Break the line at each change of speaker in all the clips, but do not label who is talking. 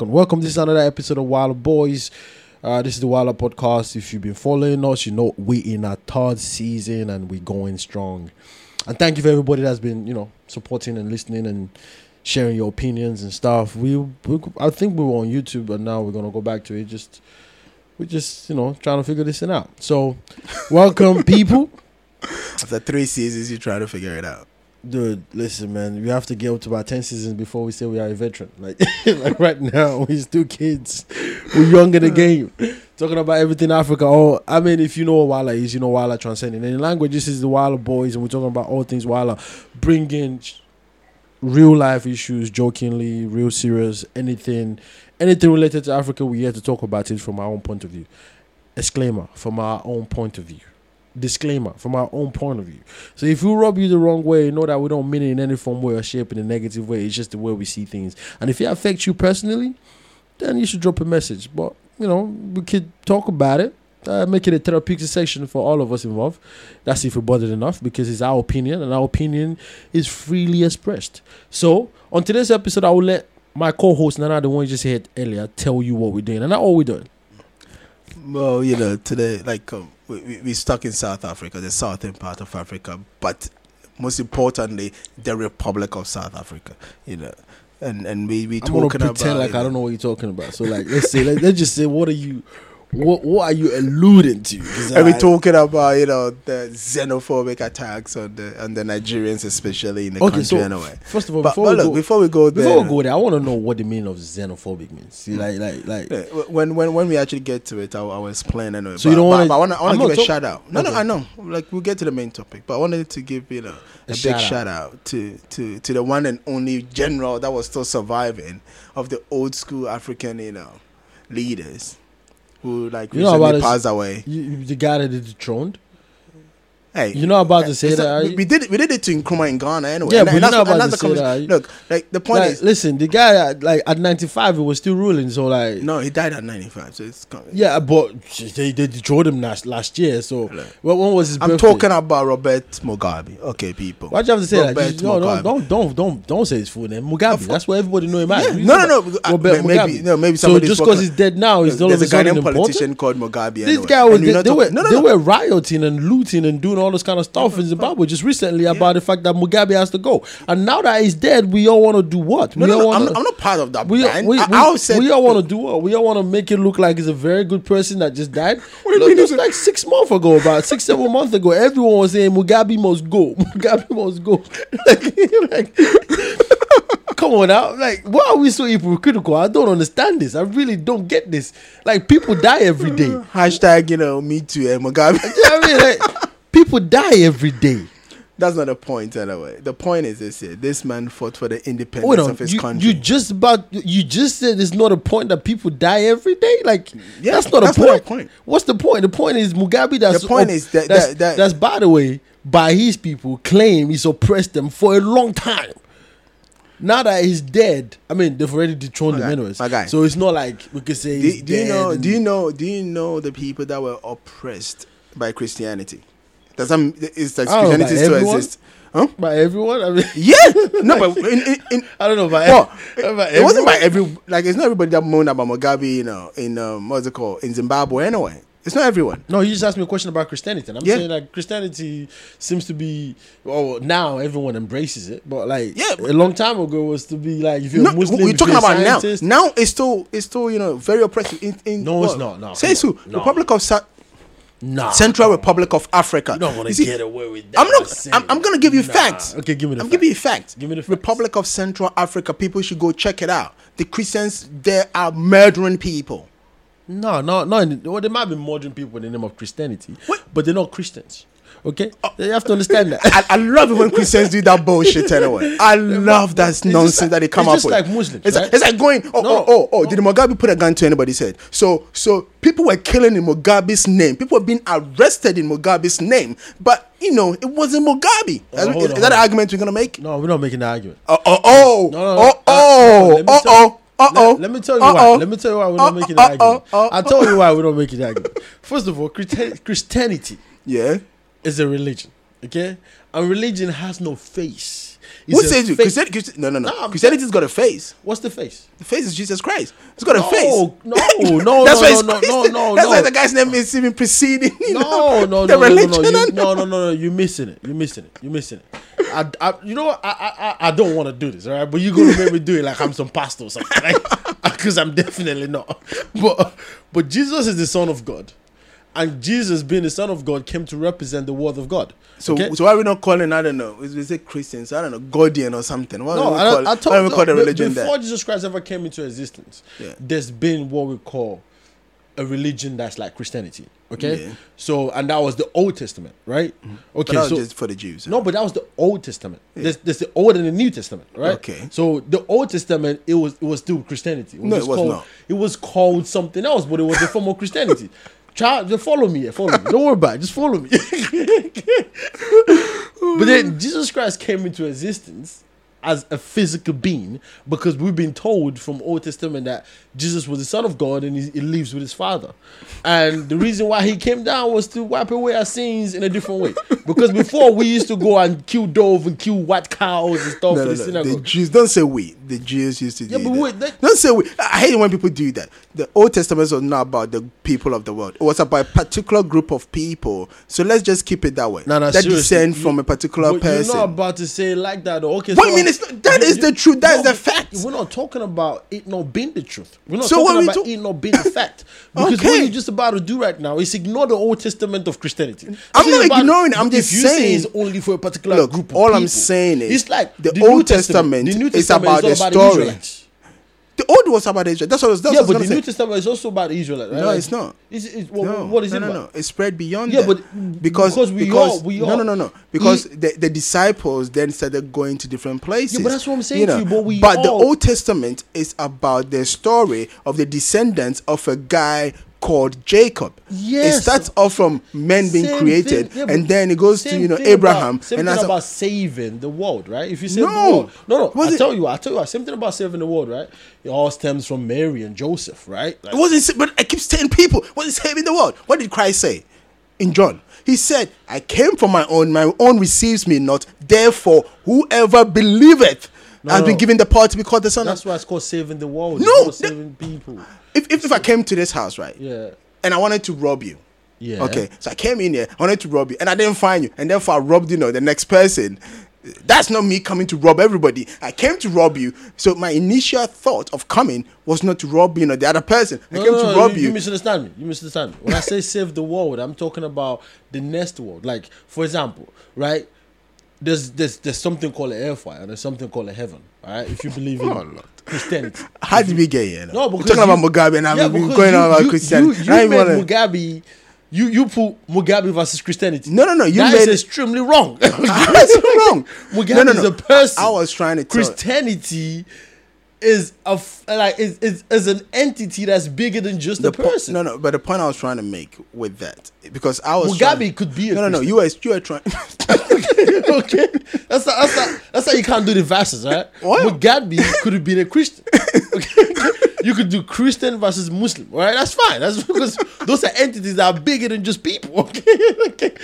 And welcome. This is another episode of Wild Boys. Uh, this is the Wild Up Podcast. If you've been following us, you know we in our third season and we're going strong. And thank you for everybody that's been, you know, supporting and listening and sharing your opinions and stuff. We, we I think we were on YouTube, but now we're gonna go back to it. Just we're just, you know, trying to figure this thing out. So, welcome, people.
After three seasons, you try to figure it out.
Dude, listen, man. We have to get up to about ten seasons before we say we are a veteran. Like, like right now, we're still kids. We're young in the game. Talking about everything Africa. Oh, I mean, if you know what Wala is, you know Wala transcending. And in language, this is the Wala boys, and we're talking about all things Wala, bringing sh- real life issues, jokingly, real serious, anything, anything related to Africa. We're here to talk about it from our own point of view. Disclaimer: from our own point of view. Disclaimer: from our own point of view. So if we rub you the wrong way, know that we don't mean it in any form, way, or shape in a negative way. It's just the way we see things. And if it affects you personally, then you should drop a message. But you know, we could talk about it. Uh, make it a therapeutic section for all of us involved. That's if we're bothered enough, because it's our opinion, and our opinion is freely expressed. So on today's episode, I will let my co-host Nana, the one you just heard earlier, tell you what we're doing, and that's all we're doing.
Well, you know, today, like, um, we, we, we stuck in South Africa, the southern part of Africa, but most importantly, the Republic of South Africa, you know. And and we, we
I'm gonna
talking about.
pretend like
you
I don't know what you're talking about. So like, let's say, let, let's just say, what are you, what what are you alluding to? 'Cause
And
I-
we're talking about, you know, the xenophobic attacks on the on the Nigerians, especially in the
Okay,
country
so
anyway.
first of all,
But,
before
but
we
look,
go,
before we go there,
before we go there, I want to know what the meaning of xenophobic means. See, like, like, like.
Yeah, w- when when when we actually get to it, I, I will explain anyway.
So
So
you
you
don't wanna-
I want to I want
I'm
to give
not
a
talk-
shout out. No, no,
Okay.
I know. Like we'll get to the main topic, but I wanted to give you know a, big
shout out.
shout, out to to to the one and only general that was still surviving of the old school African you know leaders who like
You know about
recently
this-
passed away.
You, you- the guy that is dethroned.
Hey,
You're not about to say
it's
that.
not-
are
we,
you?
we did it, we did it to Nkrumah in Ghana anyway.
Yeah,
and,
but
and
you're
that's,
not
and
about
that's
to say
the
that. are
conversation.
you?
Look, like the point
Like,
is,
listen, the guy at, like at 95, he was still ruling. So like,
no, he died at ninety five. So it's con-
yeah, but they they dethroned him last last year. So
Hello.
well, when was his
I'm
birthday?
talking about Robert Mugabe. Okay, people.
Why'd you have to say that?
Robert
Just- No, no,
Mugabe.
don't, don't, don't, don't say his full name. Mugabe. That's what everybody know him as.
Yeah.
You
No,
know
no,
about
no. I-
Robert
may- maybe-
Mugabe.
no, maybe
so
somebody's
just
working
because he's dead now, he's all of
There's
a
a
sudden
Ghanaian
important.
politician called Mugabe.
This
anyway.
guy was
And we're
they,
not
they
talk-
were
no, no,
they
no.
were rioting and looting and doing all this kind of stuff in Zimbabwe just recently about the fact that Mugabe has to go. And now that he's dead, we all want to do what?
No,
we
no,
all
no. I'm,
wanna-
I'm not part of that
we,
band.
we,
I,
we-
I was said,
we all want to do what? We all want to make it look like he's a very good person that just died.
do you
Look,
mean
this
he's a-
like six months ago, about six, seven months ago, everyone was saying Mugabe must go. Mugabe must go. like, like, come on now. Like, why are we so hypocritical? I don't understand this. I really don't get this. Like, people die every day. You know
hashtag, you know, me too, eh, Mugabe.
what I mean? Like, people die every day.
That's not the point, anyway. The point is this here. This man fought for the independence
Wait on,
of his
you,
country.
you just about you just said it's not a point that people die every day. Like
Yeah,
that's not
that's
a
not a
point.
point.
What's the point? The point is Mugabe. That's
The point is that-
that's,
that- that-
that's by the way by his people claim he's oppressed them for a long time. Now that he's dead, I mean they've already dethroned
My
him
guy,
anyways.
my guy.
So it's not like we could say
do,
he's
do you
dead
know?
and-
Do you know? Do you know the people that were oppressed by Christianity? Does that is that
I don't know, by
Christianity still
everyone?
exist? Huh?
by everyone? I mean,
Yeah. No, but in, in, in,
I don't know by,
Well,
ev- by
it wasn't by
everyone.
every like it's not everybody that moaned about Mugabe, you know, in um, what's it called in Zimbabwe anyway. It's not everyone.
No, you just asked me a question about Christianity. And I'm
Yeah.
saying like Christianity seems to be well now everyone embraces it, but like
Yeah,
a long time ago was to be like if you're
No,
a Muslim, if
we're
you're
talking
a
about now.
scientist-
Now it's still it's still you know very oppressive. In, in
No, it's not, no,
says
come
who?
on, no.
Republic of Sa-
Nah,
Central Republic of Africa.
you don't want
You
to
see,
get away with that.
I'm not.
saying
I'm, I'm gonna give you
nah.
facts.
Okay, give me the.
I'm
facts.
giving you facts.
Give me the facts.
Republic of Central Africa. People should go check it out. The Christians there are murdering people.
No, no, no. in- Well, they might be murdering people in the name of Christianity,
What?
but they're not Christians. Okay, you have to understand that.
I, I love it when Christians do that bullshit anyway. I love that
just
nonsense
like-
that they come
it's
up
just
with.
like Muslims,
It's,
right?
like, it's like going, oh,
No.
oh, oh, oh, did Mugabe put a gun to anybody's head? So, so people were killing in Mugabe's name. People were being arrested in Mugabe's name. But, you know, it wasn't Mugabe.
Oh, hold
is,
on, hold
is that an
on.
argument we're going to make?
no, we're not making that argument.
Oh, oh, oh,
No, no, no.
oh,
Uh,
oh,
no,
oh,
let me tell-
oh, oh, oh.
Let, let me tell you why. Let me tell you why
Uh-oh.
we're
Uh,
not making that
uh, uh,
argument.
uh,
I'll tell you why we're not making that argument. First of all, Christi- Christianity
Yeah.
is a religion, okay? And religion has no face. It's
what
a
says you?
face-
Christian, Christian, no, no, no.
No, I'm-
Christianity's got a face.
What's the face?
The face is Jesus Christ. It's got a
No,
face.
no, no, no,
That's why it's
no, no,
Christian.
no,
That's
no.
why the guy's name is even preceding. You
No,
know,
no,
the
no, no, no,
religion
no, you,
and-
no, no, no, no, You're missing it. You're missing it. You're missing it. I, I you know, what? I, I, I I don't want to do this, all right? But you're gonna make me do it like I'm some pastor or something, because I'm definitely not. But, but Jesus is the Son of God, and Jesus, being the Son of God, came to represent the Word of God.
So,
okay?
so why are we not calling? I don't know. We say Christians. I don't know, Gordian or something. Why
no,
don't we
I,
call,
don't- I
why don't
told
we call the
no, be-
religion that?
before Jesus Christ ever came into existence,
Yeah.
there's been what we call a religion that's like Christianity. Okay,
Yeah. Mm-hmm.
so and that was the Old Testament, right?
But
Okay,
that was
so
just for the Jews.
No, but that was the Old Testament. There's, there's the Old and the New Testament, right?
Okay.
So the Old Testament, it was it was still Christianity.
No, it was
called,
not.
It was called something else, but it was a form of Christianity. Child, just follow me. here, Follow me. Don't worry about it. Just follow me. but then Jesus Christ came into existence as a physical being because we've been told from Old Testament that Jesus was the Son of God and he, he lives with his Father. And the reason why he came down was to wipe away our sins in a different way. Because before we used to go and kill dove and kill white cows and stuff
No,
in
no,
the
no. The
synagogue.
Jews don't say we. The Jews used to
Yeah,
do
but
that.
wait, that-
don't say we. I I hate it when people do that. The Old Testament was not about the people of the world. It was about a particular group of people. So let's just keep it that way.
No, no,
that
seriously,
descend
you-
from a particular
But
person.
You're not about to say it like that. though. Okay,
What do you mean it's not- that is the truth, that is the
but
fact.
We're not talking about it not being the truth. We're not
So what
talking
we
about
do-
it not being the fact. Because
Okay.
what you're just about to do right now is ignore the Old Testament of Christianity. That's
I'm
what
not
you're about-
ignoring it, I'm
if
just
you say
saying-
it's only for a particular
Look,
group. Of
all I'm
people,
saying is
it's like
the
New
Old Testament
The New
is
Testament
about
is
the
all
story.
Israelites.
the old was about Israel. That's what I was. That's
Yeah,
what I
but
was
the New
gonna say.
Testament is also about Israelites. Right?
No,
Like,
it's not.
It's, it's, what,
no,
what is
no,
it
no,
about?
no. It spread beyond.
Yeah,
that.
but-
because
because we
because,
all- we
no,
all-
no, no, no. Because the, the disciples then started going to different places.
that's what I'm saying to you, but we
the
all-
Old Testament is about the story of the descendants of a guy called Jacob. it
Yes.
starts off from men being
Same
created,
thing, yeah, but
and then it goes to
same
you know
thing
Abraham,
About, same
and
thing
that's
about saving the world, right? If you save
No.
the world, no, no.
Was
I
it-
tell you, what, I tell you, what, same thing about saving the world, right? It all stems from Mary and Joseph, right? Like,
It wasn't, sa- but I keep saying people. What is saving the world? What did Christ say in John? He said, "I came from my own; my own receives me not. Therefore, whoever believeth
no,
has been
no.
given the power to be called the son." of
that's why it's called saving the world.
No,
it's not
that-
saving people.
If, if, if I came to this house, right,
Yeah,
and I wanted to rob you,
yeah.
okay, so I came in here, I wanted to rob you, and I didn't find you, and therefore I robbed you know the next person. That's not me coming to rob everybody. I came to rob you, so my initial thought of coming was not to rob you know the other person. I
No,
came
no,
to
no,
rob
you,
you.
You misunderstand me. You misunderstand me. When I say save the world, I'm talking about the next world. Like, for example, right? There's there's there's something called a hellfire and there's something called a heaven. All right, if you believe in
Oh, Lord.
Christianity.
How did we get here?
No,
we're
because
talking about
you-
Mugabe and I'm
yeah,
we're
because
going on
you-
about
you-
Christianity.
You, you
I don't
made
wanna-
Mugabe. You you put Mugabe versus Christianity.
No, no, no, you
That is
made-
extremely wrong.
That's wrong.
Mugabe
No, no,
is
no.
a person.
I was trying to tell-
Christianity is a f- like is, is is an entity that's bigger than just a
the po-
person.
no, no. But the point I was trying to make with that, because I was
Mugabe
trying-
could be a
no, no, no.
Christian.
You were you were trying.
okay, that's how, that's how, that's how you can't do the verses, right?
What?
Mugabe could have been a Christian. Okay? you could do Christian versus Muslim, all right? That's fine. That's because those are entities that are bigger than just people. Okay, okay.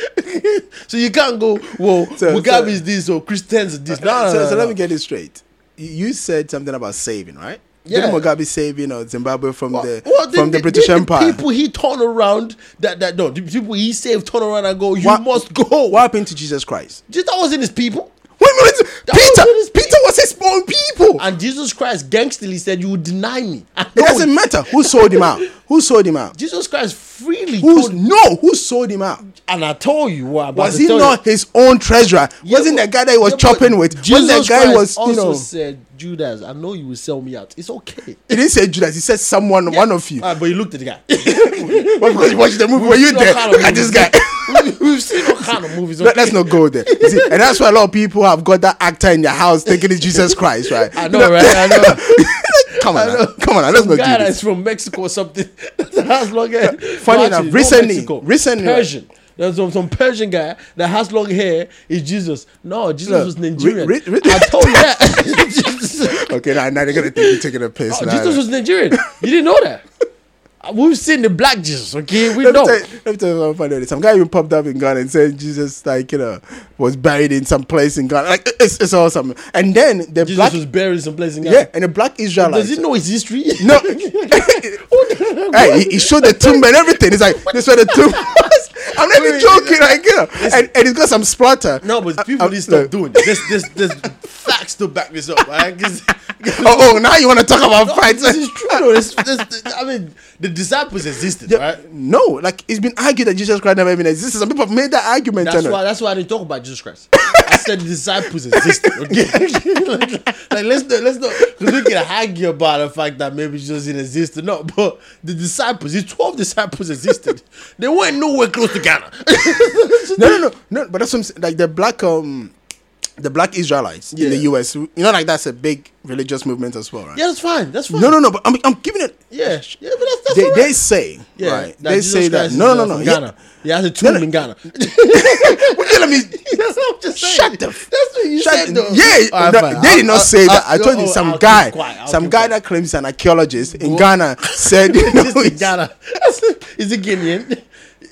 so you can't go, well,
So-
Mugabe
so-
is this or Christians are this. No, no,
so,
no,
so
no.
let me get this straight. You- You said something about saving, right?
Yeah.
Didn't Mugabe save you know Zimbabwe from the
Well,
from the, British Empire?
people he turned around that that no, the people he saved turned around and go, you
What-
must go.
What happened to Jesus Christ?
Just that wasn't his people.
Wait a minute,
That
Peter.
was his
Peter was his own people.
And Jesus Christ gangsterly said, "You will deny me." And
It
no,
doesn't matter who sold him out. Who sold him out?
Jesus Christ freely
Who's
told,
no? Who sold him out?
and I told you what I'm about
Was
to
he
tell
not his own treasurer?
you.
Wasn't
Yeah,
the guy that he was
yeah, but
chopping with?
Jesus
When the guy
Christ
was, you
also
know,
said, "Judas, I know you will sell me out. It's okay."
he didn't say Judas. He said someone, one of you.
Ah, but he looked at the guy.
Well, because you watched the movie, were you
We've seen all
there?
kind of
Look at this
movies.
guy.
We- We've seen all kind of movies.
Let- Let's not go there. You see, and that's why a lot of people have got that actor in their house thinking it's Jesus Christ, right?
I know, right? I know.
come on, now. come on, now. let's
Some
not
guy
do
that's
this.
from Mexico or something. has long hair.
Funny enough,
not
recently-
Mexico,
recently-
Persian. There's some, some Persian guy that has long hair. Is Jesus? No, Jesus
Look,
was Nigerian.
re- re-
I told you that. Jesus,
Okay, now, now they're gonna think you're taking a piss.
Oh,
now.
Jesus was Nigerian. You didn't know that. We've seen the black Jesus, okay? We
Let me,
know.
tell you, let me tell you something funny. already. Some guy even popped up in Ghana and said Jesus, like you know, was buried in some place in Ghana. Like it's, it's awesome. And then the
Jesus
black,
was buried someplace in
yeah,
Ghana.
and the black
Does
Israelites.
he know his history?
No.
Who the-
hey, he, he showed the tomb and everything. He's like, this where the tomb was. I'm not even
Wait,
joking. Like, you know, and, and he's got some splatter.
No, but people
I-
need to stop
Uh, no.
doing this. There's, there's, there's facts to back this up, right? 'Cause-
Oh, oh, now you want to talk about
No,
fights?
This is true. though. This- this- I mean, the disciples existed,
Yeah,
right?
No, like it's been argued that Jesus Christ never even existed. Some people have made that argument.
That's
you know.
why. That's why I didn't talk about Jesus Christ. I said the disciples existed. Okay, like, like, let's not let's not because we can argue about the fact that maybe Jesus didn't exist or not. But the disciples, the twelve disciples existed. they weren't nowhere close to Ghana.
no, no, no, no. But that's what I'm saying. Like the black, um, the black Israelites in the
Yeah.
U.S. You know, like that's a big religious movement as well, right?
yeah, that's fine. That's fine.
No, no, no. But I'm, I'm giving it.
Yeah, yeah, but that's, that's
They,
all right.
they say,
yeah,
right?
that
They
Jesus
say
Christ
that.
is,
No, no,
uh,
no,
from
no. Yeah.
Ghana. Yeah, has a tomb in Ghana.
What do you let me?
That's what I'm just saying.
Shut the f-
That's what you
Shut-
said, though.
yeah,
All right,
that-
fine.
they did
I'll-
not say
I'll-
that. I told
I'll-
you, some
I'll keep
guy,
quiet. I'll
some
keep
guy
quiet.
that claims he's an archaeologist in
What?
Ghana said, you know,
Just in
he's-
Ghana. Is it Guinean?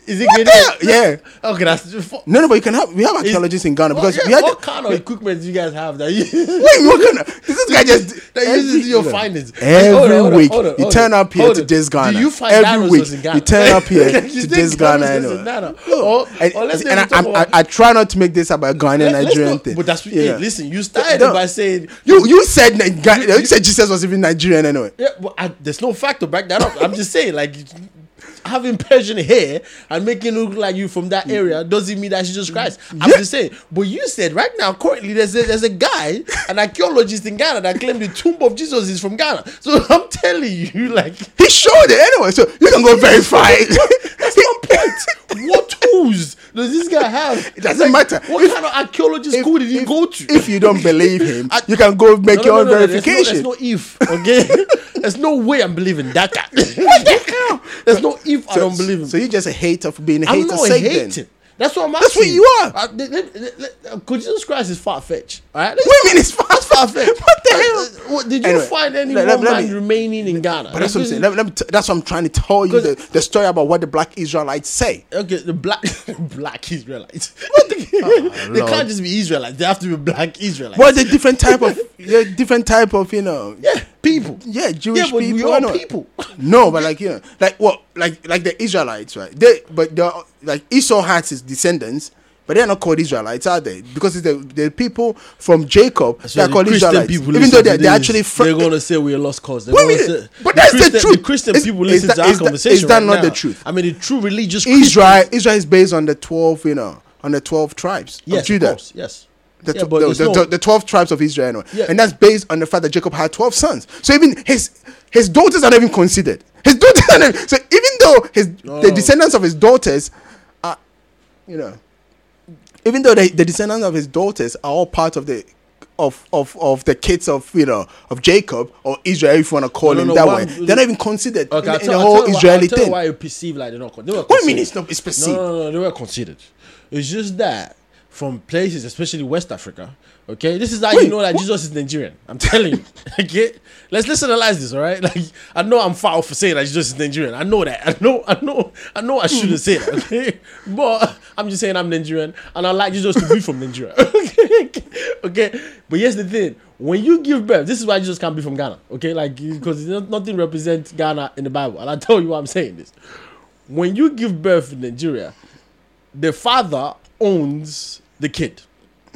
Is it
the
Guinean?
hell?
Okay, that's just fu-
no, no, but you can have we have
Is-
archaeologists in Ghana
Well,
because
yeah,
we had.
what kind of equipment you guys have that you
Wait, what kind of? This guy just
that uses
every-
your findings
Every
Hold on, hold on,
week,
hold on,
you
hold
turn
on,
up here
hold
to
on.
this Ghana.
Do you find
Every
dinosaurs
week,
in Ghana?
you turn up here
You
to
think
this Ghana.
dinosaurs
anyway.
in Ghana?
Look,
Or-
and,
or let's not even
and I,
talk
I, I,
about-
I try not to make this about Ghana
Let-
and
let's
Nigerian
not-
thing.
But that's
Yeah.
hey, listen. You started
No.
by saying
You you said Ni- Ga- you said Jesus was even Nigerian anyway.
Yeah, well, I, there's no fact to back that up. I'm just saying, like, having Persian hair and making it look like you from that area doesn't mean that she's Jesus Christ. I'm
Yeah.
just saying. But you said right now, currently, there's a, there's a guy, an archaeologist in Ghana, that claimed the tomb of Jesus is from Ghana. So I'm telling you, like,
He showed it anyway, so you can go verify. it.
that's my point. What tools does this guy have?
It doesn't matter.
What
If-
kind of archaeology school did he
if-
go to?
If you don't believe him,
I-
you can go make
No,
your
no,
own
no, no, there's no-
verification.
There's no, if, okay? there's no way I'm believing that guy. there's no if I don't believe him.
So you're just a hater for being a hater.
I'm not a
say then.
hater. That's what I'm asking.
That's what you are.
Uh, let- let- let- let- uh, could Jesus Christ is far fetched. All right. Let's-
What do you mean it's far
Far fetched.
What the hell?
Uh, what, did you
Anyway,
find any
let- let-
one
let
man
me-
remaining in Ghana?
uh, But that's what I'm
Because-
saying. Let, me- let me t- that's what I'm trying to tell you the, the story about what the black Israelites say.
Okay, the black black Israelites. What the, they
Oh, Lord.
can't just be Israelites. They have to be black Israelites.
Well, the different type of yeah, different type of you know
Yeah, people.
yeah Jewish
yeah, but
people.
we
I
are
know.
people.
No, but like you know, like what like like the Israelites, right? They but they're like Esau had his descendants. But they're not called Israelites, are they? Because it's the, the people from Jacob
So
that are
the
called
Christian
Israelites.
people
Even
listen
though
to
they're, they're
this,
actually fr-
they're gonna say we're lost cause. They're
Wait a
gonna
minute,
say-
but that's the
Christian-
truth.
The Christian
Is-
people
is
listen
that-
to our
is that- is
conversation.
that
right
not the
now.
truth?
I mean, the true religious
Israel
Christians-
Israel is based on the twelve, you know, on the twelve tribes
Yes,
of
of
Judah.
course, yes.
The,
Yeah,
tw-
but
the,
there's
the,
no-
the- the 12 tribes of Israel. anyway.
Yeah.
And that's based on the fact that Jacob had 12 sons. So even his his daughters are not even considered. His daughters are not even, So even though his the
Oh.
descendants of his daughters are, you know, even though the, the descendants of his daughters are all part of the of, of of the kids of you know of Jacob or Israel if you want to call
No,
him
no,
that
why
way
I'm-
they're not even considered
Okay,
in,
I'll
in
tell,
the
I'll
whole
tell you why-
Israeli
I'll tell you
thing
why you perceive like they're not. con- They were
what do you mean
considered.
it's not it's perceived
No, no, no, they were considered. It's just that from places, especially West Africa. Okay, this is how
Wait,
you know that
what-
Jesus is Nigerian. I'm telling you. Okay, let's let's analyze this. All right, like I know I'm foul for saying that Jesus is Nigerian. I know that. I know. I know. I know. I shouldn't say that. Okay,
Hmm.
but I'm just saying I'm Nigerian, and I like Jesus to be from Nigeria. okay, okay. But here's the thing: when you give birth, this is why Jesus can't be from Ghana. Okay, like because nothing represents Ghana in the Bible, and I tell you why I'm saying this when you give birth in Nigeria, the father owns the kid.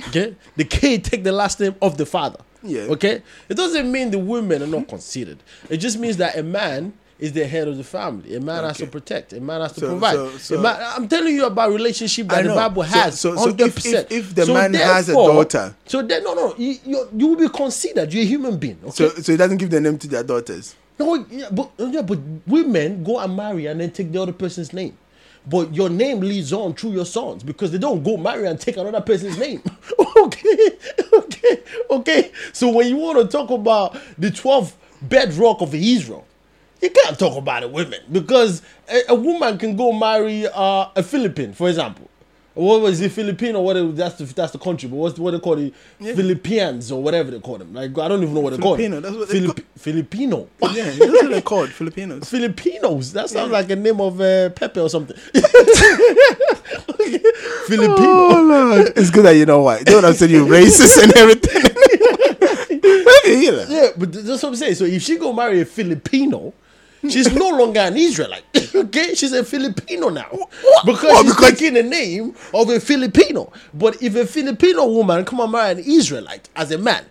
Okay, the kid take the last name of the father.
Yeah.
Okay, it doesn't mean the women are not considered. It just means that a man is the head of the family. A man has to
Okay.
protect. A man has to
So-
provide.
so- so-
a man, I'm telling you about relationship
I
that the
know.
Bible
So-
has.
so-
So,
so if- if-
100%.
if the man has a
therefore-
daughter-
so then no no you you, you will be considered. You're a human being. Okay.
so so he doesn't give the name to their daughters
No, yeah, but yeah, but women go and marry and then take the other person's name. But your name leads on through your sons because they don't go marry and take another person's name. okay, okay, okay. So when you want to talk about the 12 bedrock of Israel, you can't talk about the women because a, a woman can go marry uh, a Philippine, for example. What was he Filipino? What it- that's the that's the country, but what's what they call it?
Yeah.
Philippians or whatever they call them. Like I don't even know what they call
Filipino,
them.
that's what they
Filip- Filipino.
Yeah, that's what they're called, Filipinos.
Filipinos. That sounds
Yeah.
like a name of uh, Pepe or something. Filipino.
Oh Lord, it's good that you know why. Don't have to you racist and everything. Maybe, you know.
Yeah, but th- that's what I'm saying. So if she go marry a Filipino, she's no longer an Israelite. okay, she's a Filipino now because
What?
she's
oh, Because-
taking the name of a Filipino. But if a Filipino woman come and marry an Israelite as a man.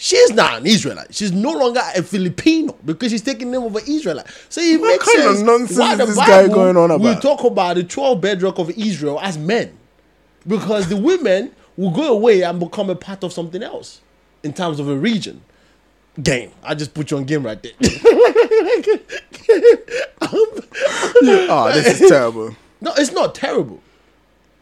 She's not an Israelite. She's no longer a Filipino because she's taking the name of an Israelite. So it
What
makes
kind of
sense.
nonsense
why
is
the
this guy going on
We
about?
talk about the twelve bedrock of Israel as men because the women will go away and become a part of something else in terms of a region. Game. I just put you on game right there.
Oh, this is terrible.
no, it's not terrible.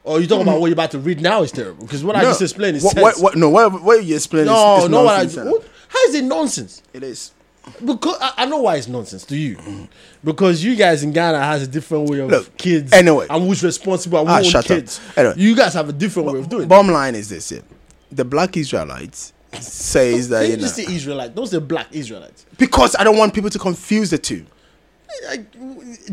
Or you talking about what you're about to read now is terrible because what I just explained is
what,
sense.
what, what, no, what, what you explained
no,
is, is
no, what I
nonsense, Anna.
what- how is it nonsense?
It is.
Because I, I know why it's nonsense to you, because you guys in Ghana has a different way of
Look,
kids.
anyway.
and who's responsible? and Who
Ah,
own
shut up.
kids?
Anyway.
You guys have a different way of doing. it.
Bottom line is this: yeah. the black Israelites says that
Can
you
you just
know,
say Israelite? Don't say black Israelites.
because I don't want people to confuse the two.
I,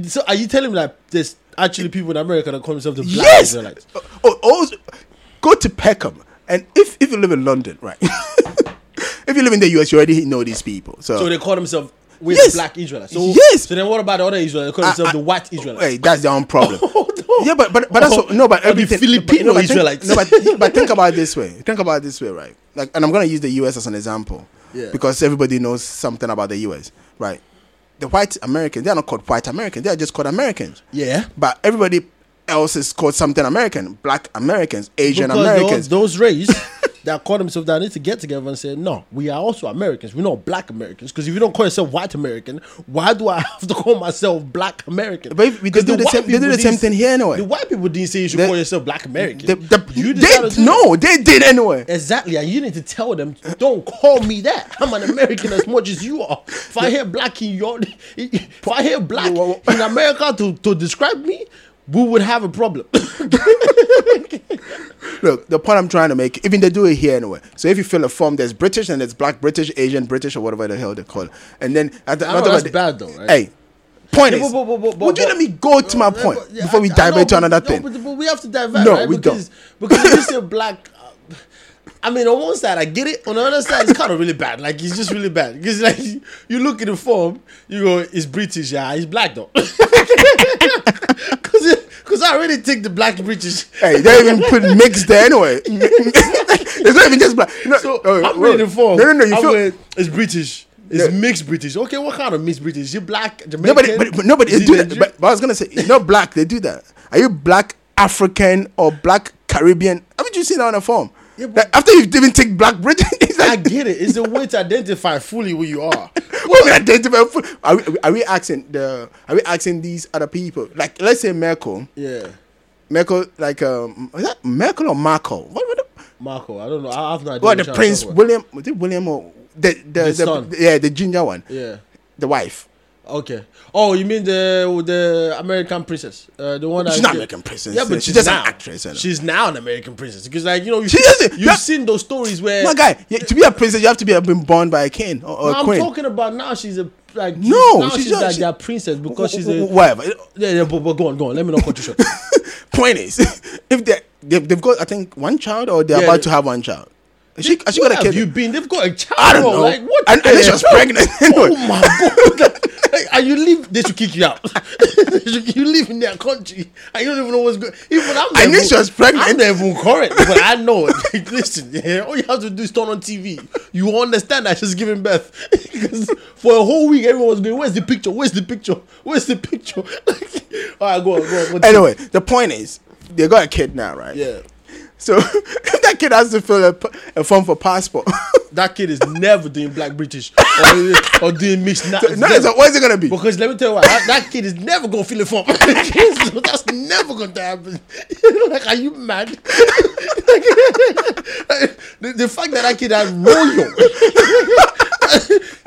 so are you telling me that there's actually people in America that call themselves the black
yes.
Israelites?
Oh, oh, also- go to Peckham, and if if you live in London, right? if you live in the US, you already know these people. So,
So they call themselves with
Yes.
black Israelites. So,
Yes.
So then what about the other Israelites? They call
I-
themselves
I-
the white Israelites.
Hey, that's their own problem.
no.
Yeah, but but but that's
Or-
what, no, but
or the
everything
Oh, Filipino
but, no, but think,
Israelites.
no, but, but think about it this way. Think about it this way, right? Like, and I'm gonna use the U.S. as an example,
Yeah.
because everybody knows something about the U.S., right? The white Americans, they're not called white Americans; they're just called Americans.
Yeah.
But everybody else is called something American: black Americans, Asian
Because
Americans.
those, those race that call themselves that need to get together and say, no, we are also Americans. We're not black Americans. Because if you don't call yourself white American, why do I have to call myself black American?
But if- we- they
'Cause
do the
white
same- they
people
do the
didn't
same thing here anyway.
The white people didn't say you should
The-
call yourself black American.
The- the-
you decided to
they,
do that.
no, they did anyway.
Exactly, and you need to tell them, don't call me that. I'm an American as much as you are. If I hear black in your, if I hear black
Wha-
in America to, to describe me, we would have a problem.
Look, the point I'm trying to make, even they do it here anyway. So if you fill a form, there's British and there's Black British, Asian British, or whatever the hell they call it. And then at the,
I know
not about
that's
the-
bad though, right?
Hey, point
Yeah,
is,
but- but- but- but-
would you
but-
let me go to my point
Yeah,
before we
I- I
dive
know,
into
but-
another
no,
thing?
But, but we have to divert,
No,
right?
we
because, Because if you say black, uh, I mean, on one side I get it, on the other side it's kind of really bad. Like it's just really bad because like you, you look at the form, you go, it's British, yeah, it's black though. Because because I already take the black British.
hey, they even put mixed there anyway. it's not even just black. No,
So
oh,
I'm
wait.
reading for.
No, no, no. You feel,
it's British. It's
Yeah.
mixed British. Okay, what kind of mixed British? You black, Jamaican?
nobody, but, but nobody
Is
they
it
do that.
Nigerian?
But, but I was gonna say, you're not black. They do that. Are you black African or black Caribbean? Haven't you seen that on a form?
Yeah, but-
Like, after you even take black British, it's like,
I get it. It's a way to identify fully who you are.
What we identify for? Are we, are we asking the? Are we asking these other people? Like, let's say Merkel.
Yeah.
Merkel, like, um, is that Merkel or Marco? What? What? The,
Marco, I don't know. I have no idea.
what
which
the
one
Prince
you're talking
William? Was it William or the the, the,
son.
yeah the ginger one?
about.
The wife.
Yeah. Okay. Oh, you mean the the American princess, uh, the one that
She's not American princess.
Yeah, but she's,
She's just an
now,
actress, I know.
She's now an American princess because, like you know, you've,
She
seen,
isn't.
you've
Yeah.
seen those stories where.
My guy, yeah, to be a princess, you have to be have been born by a king or, or
No,
a
I'm
queen.
talking about now. She's a like she's-
No,
now
she's
she's,
not-
like
she-
their princess because she's a
whatever.
yeah yeah. But, but go on, go on. Let me not cut you short.
Point is, if they they've, they've got, I think, one child or they're
Yeah,
about
they-
to have one child. Is she, has she
Where
got a
have
kid?
you been? They've got a child.
I don't
bro.
know.
Like what?
And,
the
and then she was
hell?
pregnant. anyway.
Oh my god! Like, like, and you leave, they should kick you out. They should- you live in their country, and you don't even know what's going. Even I'm.
I knew
even-
she was pregnant.
I'm not even current, but I know it. Like, listen, yeah, all you have to do is turn on TV. You will understand that she's giving birth. because for a whole week, everyone was going, "Where's the picture? Where's the picture? Where's the picture?" all right, go on, go on. continue.
Anyway, the point is, they got a kid now, right?
yeah,
So if that kid has to fill a, p- a form for passport,
that kid is never doing Black British or, or doing mixed. So,
no, it's like, what's it gonna be?
Because let me tell you what, that, that kid is never gonna feel a form. That's never gonna happen. like, are you mad? the, the fact that that kid has royal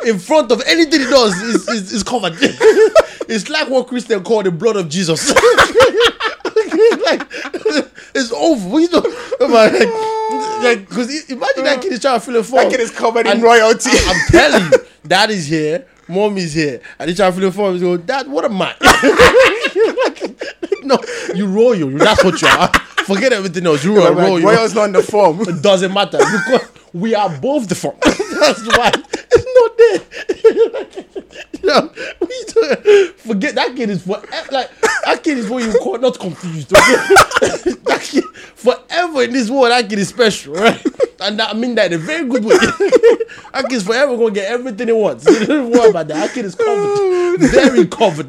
in front of anything he does is, is, is covered. it's like what Christian called the blood of Jesus. like, It's over. What you doing? I'm like, like, cause i- imagine that kid is trying to fill a form.
That kid is covered in
And
royalty.
I, am telling you, dad is here, mom is here, and he's trying to fill a form. He's going, Dad, what am I? no, you royal. That's what you are. Forget everything else. You are
Like,
royal.
Royal's not in the form.
It doesn't matter because we are both different. That's why it's not there. you know, we do- forget that kid is for like that kid is what you call not confused. that kid forever in this world. That kid is special, right? And that, I mean that in a very good way. that kid's forever gonna get everything he wants. Don't worry about that. That kid is covered, very covered.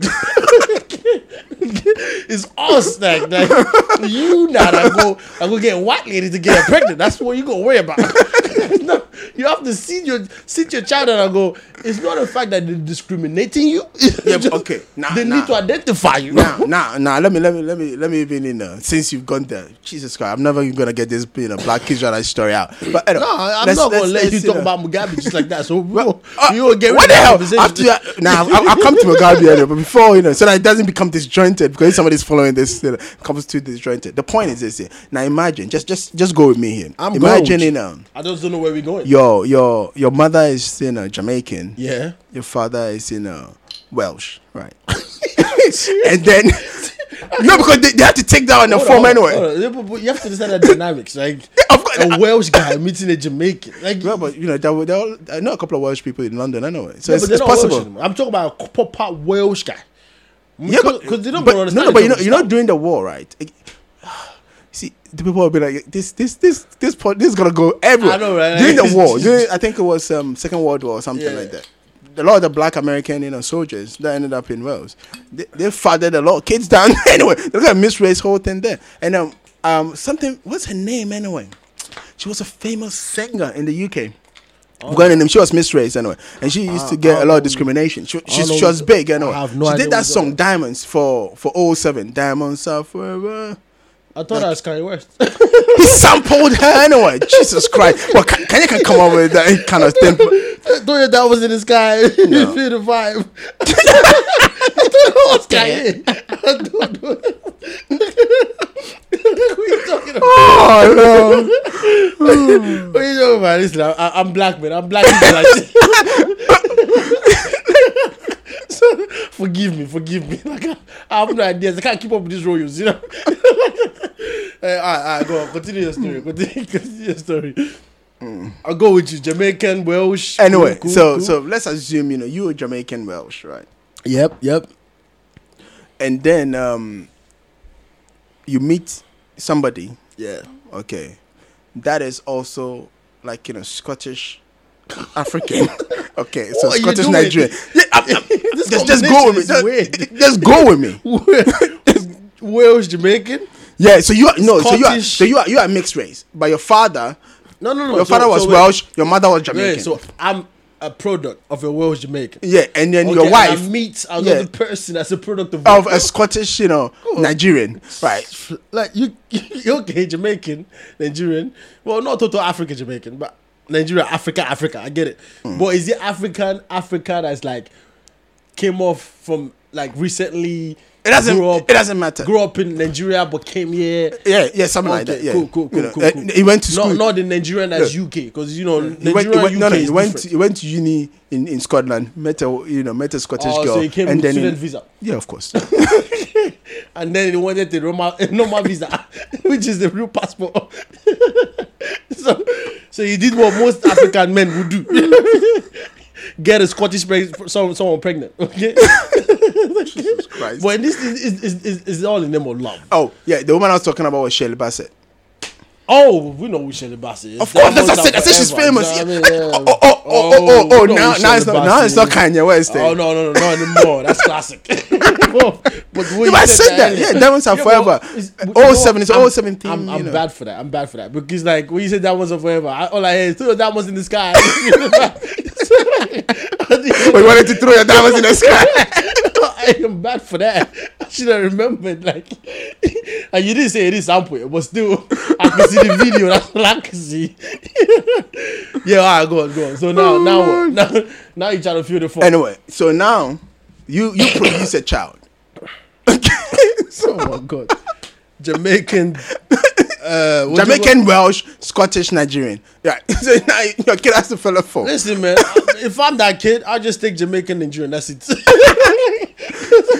it's us like, like you now that go I go get white lady to get her pregnant. That's what you gonna worry about. No, you have to see your sit your child and I go, it's not the fact that they're discriminating you. It's
Yeah, okay. Nah,
they
nah.
need to identify you.
Nah, nah, nah. Let me, let me, let me, let me even in there. Since you've gone there, Jesus Christ, I'm never even gonna get this you know, black kids right story out. But anyway,
No, I'm
let's-
not gonna
let's-
let
let's,
you talk
know.
about Mugabe just like that. So we won't-
Uh,
we will get rid
what
of
the
that
hell?
conversation.
After you, now, I, I'll come to Mugabe anyway, but before you know, so that it doesn't become disjointed because somebody's following this, you know, comes too disjointed. The point is this: here. now imagine, just, just, just go with me here.
I'm
imagining
gold.
um,
I just don't know where we're going.
your, your, your mother is you know Jamaican,
yeah.
your father is you know Welsh, right? and then no, because they, they have to take down the
Hold on,
form
hold on,
anyway.
hold on. Yeah, but- but You have to understand the dynamics, like
Of course,
a Welsh guy meeting a Jamaican. Like,
Well, but you know, there were, there were, I know a couple of Welsh people in London anyway, so
Yeah,
it's,
but they're
it's
not
possible.
Welsh anymore. I'm talking about a proper Welsh guy.
yeah, but
because they don't
but,
gonna
no,
understand.
no,
each
but you know,
other's
you know, during the war, right? Like, See, the people will be like, this, this, this, this, pod, this is gonna go everywhere.
I know, right?
During the war, during, I think it was um, Second World War or something
Yeah.
like that. A lot of the black American, you know, soldiers that ended up in Wales, they, they fathered a lot of kids down anyway. They're gonna misrace whole thing there. And um, um, something, what's her name anyway? She was a famous singer in the UK. Oh. name. She was misraised anyway, and she used
Ah,
to get a lot of discrimination. She, she,
don't
she
know-
was big anyway.
I have no
she
idea
did that
what's
song Diamonds for for 07. Diamonds are forever.
I thought that was Kanye West.
He sampled her anyway. Jesus Christ! Well, can, can you can come up with that kind of thing?
Don't you that was in the sky? You feel the vibe. I thought that was Kanye. I don't know. Who you talking about?
Oh no!
Who you talking about? Listen, I, I, I'm black man. I'm black. people Like, so, forgive me, forgive me. Like I, I have no ideas. I can't keep up with these royals. You know. Eh, alright, alright, go on. Continue your story. Continue, continue your story. I'll go with you. Jamaican, Welsh.
Anyway,
cool, cool,
so
cool.
so let's assume you know you were Jamaican Welsh, right?
Yep, yep.
And then um, you meet somebody,
Yeah.
okay, that is also like you know Scottish African. Okay, so
What are you
Scottish
doing?
Nigerian. Yeah, I'm- I'm-
This
just, just go with me. Just,
combination is
just go with me.
Welsh Jamaican?
Yeah. So you are, no. So you are
Scottish.
so you are you are mixed race, but your father,
No, no, no.
your
Oh, so-
father was
so wait.
Welsh, your mother was Jamaican.
Wait, so I'm a product of a Welsh Jamaican.
yeah, and then
Okay,
your
and
wife
I meet
yeah.
another person that's a product of,
of a Scottish, you know,
Cool.
Nigerian, right?
like you, you okay, Jamaican, Nigerian. Well, not total African Jamaican, but Nigeria, Africa, Africa. I get it.
Hmm.
But is it African, Africa that's like came off from like recently?
It doesn't.
grew up-
It doesn't matter.
grew up in Nigeria but came here.
Yeah, yeah, something like
Okay,
that. Yeah,
cool, cool,
You
cool,
know,
cool,
uh,
cool.
He went to school.
Not, not the Nigerian as UK, because you know
he went,
Nigerian
he went,
UK
no, no,
is
he went, to,
different.
he went to uni in, in Scotland, met a you know met a Scottish
Oh,
girl,
so he came
and
with
then
student
in-
visa,
yeah, of course.
and then he wanted the normal normal visa, which is the real passport. so, so he did what most African men would do: get a Scottish pre- some, someone pregnant. Okay,
Christ.
but this is is, is, is is all in the name of love.
Oh, yeah, the woman I was talking about was Shirley Bassett.
Oh, we know who Shirley Bassey is.
Of course, that's what I said. I said she's
Diamond
famous.
Time
Yeah.
Forever, you know
Oh,
what I mean?
oh, oh, oh, oh, oh,
we know
now,
who
now it's
Shirley
not, now
Bassey
it's not
is.
Kanye West. eh?
Oh no no no not anymore. That's classic. but when
Yeah, but I said that. Yeah, diamonds are forever. All seven is all seven theme.
I'm,
you
I'm
know.
bad for that. I'm bad for that because like when you said diamonds are forever, I, all I hear is throw diamonds in the sky.
But you wanted to throw your diamonds in the sky.
I am bad for that. I should have remembered. Like, and you didn't say it is sample, but still, I can see the video. That's all I can see. yeah, all right, go on, go on. So
Oh
now, now, what? now, now you try to feel the phone.
anyway, so now you you produce a child.
Oh my god. Jamaican uh, what do you
Jamaican, Welsh, Scottish, Nigerian. Yeah. so now your kid has to fill a form.
Listen, man. if I'm that kid, I'll just take Jamaican Nigerian. That's it.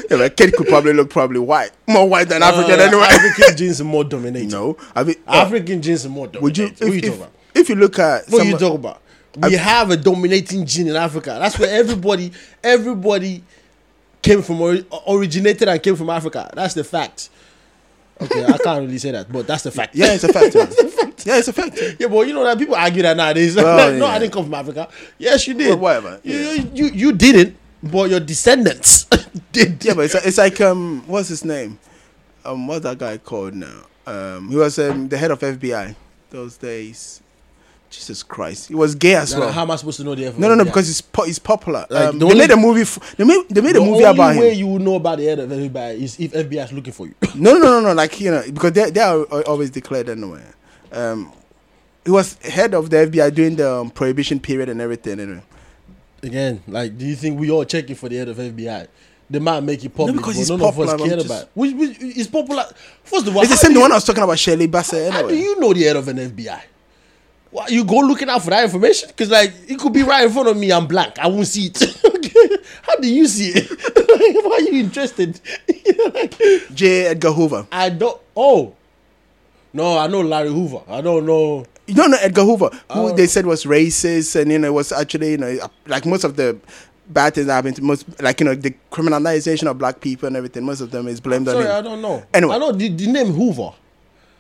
Yeah, my kid could probably look probably white, more white than African
Uh,
anyway.
African genes are more dominant.
no, I mean, oh,
African genes are more dominant.
would you? If,
What are you
if,
talking about?
if you look at
What are
some-
you talking about? We have a dominating gene in Africa. That's where everybody, everybody came from, ori- originated and came from Africa. That's the fact. Okay, I can't really say that, but that's the fact.
yeah, it's a fact. man. yeah, it's a fact.
Yeah, but you know that people argue that nowadays.
Well,
no, I
yeah.
didn't come from Africa. Yes, you did.
Well, whatever,
You,
yeah.
you, you you didn't, but your descendants did.
Yeah, but it's, it's like um, what's his name? Um, what's that guy called now? Um, he was um, the head of FBI those days. Jesus Christ, he was gay as
Now,
well.
How am I supposed to know the effort?
no, no, no, because he's po- he's popular.
Like,
um,
the
they made
only-
a movie. F- they made they made
the
a
only
movie about
way
him.
you will know about the head of everybody is if FBI is looking for you.
No, no, no, no, no. Like you know, because they they are al- always declared anyway. Um, he was head of the FBI during the um, prohibition period and everything. Anyway.
Again, like, do you think we all checking for the head of FBI? They might make it public,
because
but
it's
none
popular,
of us
I'm
care
just-
about. it. Which, which is popular. First of all,
It's the
how
same
do
the
you-
one I was talking about, Shirley Bassey.
How do
Anyway,
you know the head of an FBI? Why you go looking out for that information? Because like it could be right in front of me. I'm black. I won't see it. okay. How do you see it? like, why are you interested? Like,
J. Edgar Hoover.
I don't. Oh, no. I know Larry Hoover. I don't know.
You don't know Edgar Hoover, who
Oh.
they said was racist, and you know it was actually you know like most of the bad things that happened to most like you know the criminalization of black people and everything. Most of them is blamed
Sorry, I
on him.
don't know.
Anyway.
I know the, the name Hoover.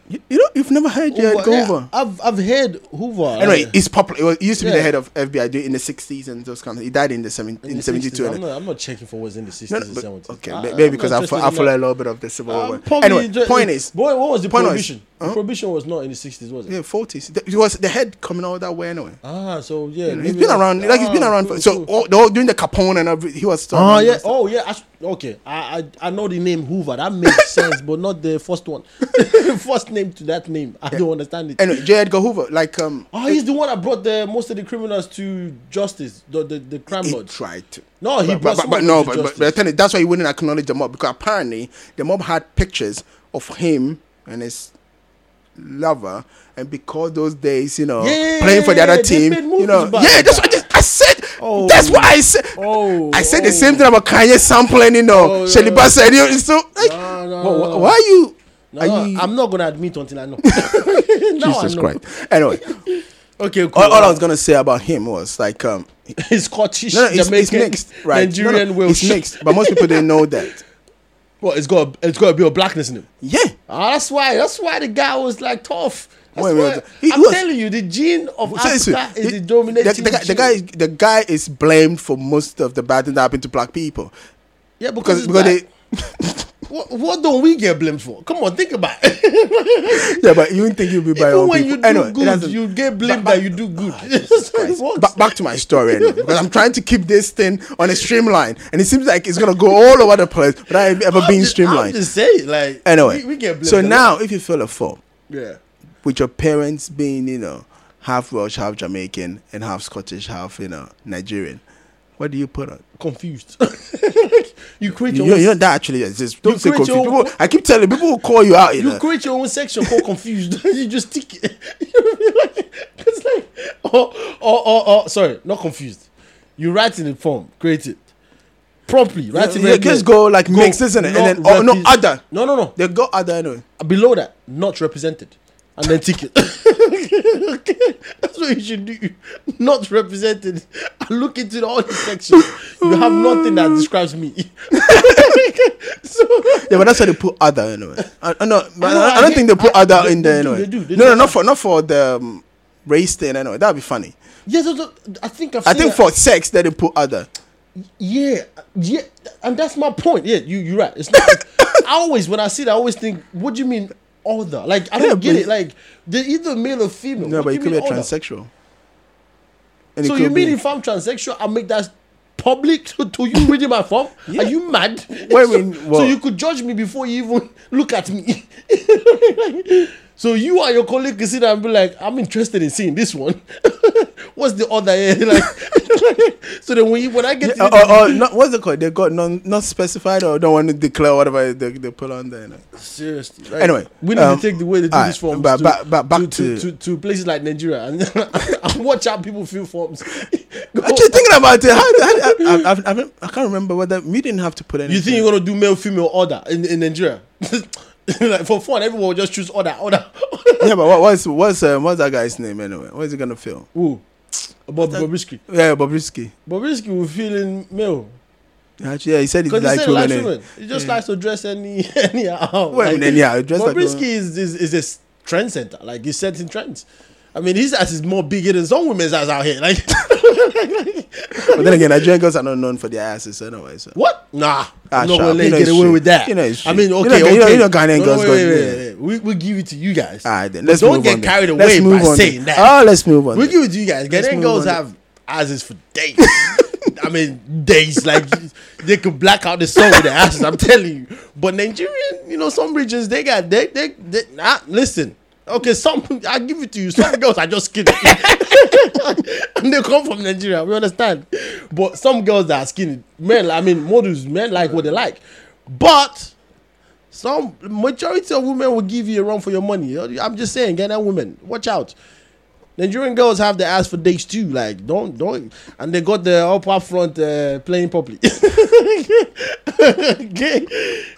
You, you know you've never heard J. Edgar
yeah,
Hoover.
I've I've heard Hoover.
Anyway,
uh,
he's popular. He, was, he used to be
Yeah.
the head of FBI during- in the sixties and those kind of. He died in the seven, in,
the
seventy
60s.
two.
I'm not, I'm not checking for what's in the 60s
No,
and
but-
70s.
okay,
I-
may-
I'm
maybe because
not
I, fo- I
interested in
follow
that.
a little bit of the Civil
I'm
War.
probably
Anyway,
inter-
point is, uh-huh.
boy, what was the
point was-
prohibition?
Huh?
Prohibition was not in the 60s, was it?
yeah, forties. It was the head coming all that way anyway.
Ah, so yeah,
He's been around, like he's been around. For, so all, the whole- during the Capone and every, he was.
Oh
around
yeah,
and stuff.
oh yeah. I, s- okay, I, I I know the name Hoover. That makes sense, but not the first one. first name to that name, I don't understand it.
Anyway, J. Edgar Hoover, like um,
oh, he's the one that brought the most of the criminals to justice. The the, the crime
he
lords.
tried to.
No, he brought
but, but, but,
someone
but no,
to
but, but,
justice.
but I tell you, that's why he wouldn't acknowledge the mob because apparently the mob had pictures of him and his lover, and because those days, you know,
Yeah,
playing for the other
they
team,
made
you know,
movies about
yeah, that's
that.
what I just I said.
Oh.
that's what I said.
Oh,
I said the
oh.
same thing about Kanye sampling, you know,
Oh,
oh,
yeah,
Shelly
yeah.
Bass said, you know, it's so like,
No, no,
wha- wha-
no, no.
why are you?
No,
are you,
I'm not gonna admit until I know. Now I
Jesus
know.
Christ. Anyway,
Okay, cool.
all, all I was gonna say about him was like, um,
He's Scottish,
no, no, it's, it's
Jamaican,
mixed, right? No, no,
Nigerian, Welsh.
It's mixed, but most people didn't know that.
Well, it's got a- it's got a bit of blackness in him.
Yeah.
Ah, that's why. That's why the guy was like tough. That's
Wait, wait,
why-
wait. He-
I'm
he was-
telling you, the gene of
So it's-
Africa is the
it-
dominating.
the, the, guy, the
gene.
guy is- the guy is blamed for most of the bad things that happened to black people
yeah, because,
because
it's
because
black.
they
what, what don't we get blamed for? Come on, think about it.
yeah, but you wouldn't think you'd be by
Even
own
when
people.
you do
Anyway, it
good,
doesn't-
you get blamed
but- ah,
that you do good.
Christ.
It works.
Ba- back to my story anyway, because I'm trying to keep this thing on a streamline, and it seems like it's gonna go all over the place without ever
I'm
being
just- I'm
streamlined.
just saying, like
anyway,
we, we get blamed.
so
a lot.
now if you fill a form
yeah,
with your parents being you know half Welsh, half Jamaican, and half Scottish, half you know Nigerian, what do you put on?
confused. you create
You
your
know,
own,
you know that actually exists. Don't say
create
confused.
your own-
People, I keep telling people will call you out. You,
you
know.
create your own section called confused. you just stick it. You know what I mean? Like, oh, it's like, or, or, or, or, sorry, not confused. You write in the form, create it properly. Write it
yeah,
very
just
clear.
go like mix this and, and
not
then oh no
repre-
other.
No, no, no.
They go other anyway.
Below that, not represented, and then tick it. okay, that's what you should do. Not represented. I look into all the sections. You have nothing that describes me. so.
Yeah, but that's why they put other anyway. I, I, no, but
I
I,
know,
I
I
don't
get-
think they put
I-
other
they-
in
they
there
do,
anyway.
they do, they
no,
do
no, not
that.
for not for the um, race thing anyway. That'd be funny.
Yeah, so, so, I think I've
I
seen
think
that.
for sex they didn't put other.
Yeah, yeah, and that's my point. Yeah, you you're right. It's not. I always when I see that, I always think, what do you mean other? Like I don't get
Yeah, but-
it. Like they're either male or female.
No,
What
but
do
you could be a
mean other?
transsexual. And it
So
could
you mean
be-
if I'm transsexual, I make that public to, to you reading my form? Are you mad?
What do
so,
you mean,
so
what?
you could judge me before you even look at me. so you and your colleague can sit there and be like, I'm interested in seeing this one. what's the other end? Like, so then when you when I get
Yeah, oh,
to
or, or Uh, not, what's it called? They got non, not specified or don't want to declare whatever they, they put on there. Like.
seriously, like,
Anyway,
we need
um,
to take the way they do
alright,
these forms.
but-
to-
but- but back
to, to,
to-
to, to places like Nigeria and, and watch how people fill forms. Go-
Actually, thinking about it, how, how, I, I've, I've, I can't remember whether we didn't have to put anything.
you think you're gonna do male female order in, in Nigeria? like for fun, everyone will just choose order order.
yeah, but what, what's what's um, what's that guy's name anyway? What is he gonna film?
Ooh, about Bobrisky.
Yeah, Bobrisky.
Bobrisky will feel in male.
Actually, yeah, he said he
Because
likes
he said
women.
likes
eh?
women. He just
Yeah.
likes to dress any anyhow.
Women
Like,
anyhow, dress like
Bobrisky
women.
is, is is a s- trend center. Like he's setting trends. I mean, his ass is more bigger than some women's ass out here. Like
But then again, Nigerian girls are not known for their asses anyway. So
what? Nah,
Ah,
I'm not
sure.
gonna let
You
you
know
get
it's
away
true.
with that.
You know it's
I
true.
mean,
You know,
okay,
you know- you
okay.
know Ghanaian
No,
girls
no,
got-
wait, wait,
yeah.
wait, wait. We we give it to you guys.
all right, then
But
let's
don't
move
get
on then.
carried
Let's
away
move
by
on
saying
then.
that.
Oh, let's move on.
We
then.
give it to you guys.
Let's
Ghanaian
move
girls
on.
have asses for days. I mean, days like they could black out the sun with their asses. I'm telling you. But Nigerian, you know, some regions they got they they, they nah, listen. Okay, some I give it to you. Some girls are just skinny, and they come from Nigeria. We understand, but some girls that are skinny, men. I mean, models, men like what they like, but some majority of women will give you a run for your money. I'm just saying, Ghana women, watch out. Nigerian girls have the ass for days too. Like, don't don't, and they got the up up front uh, playing properly. okay,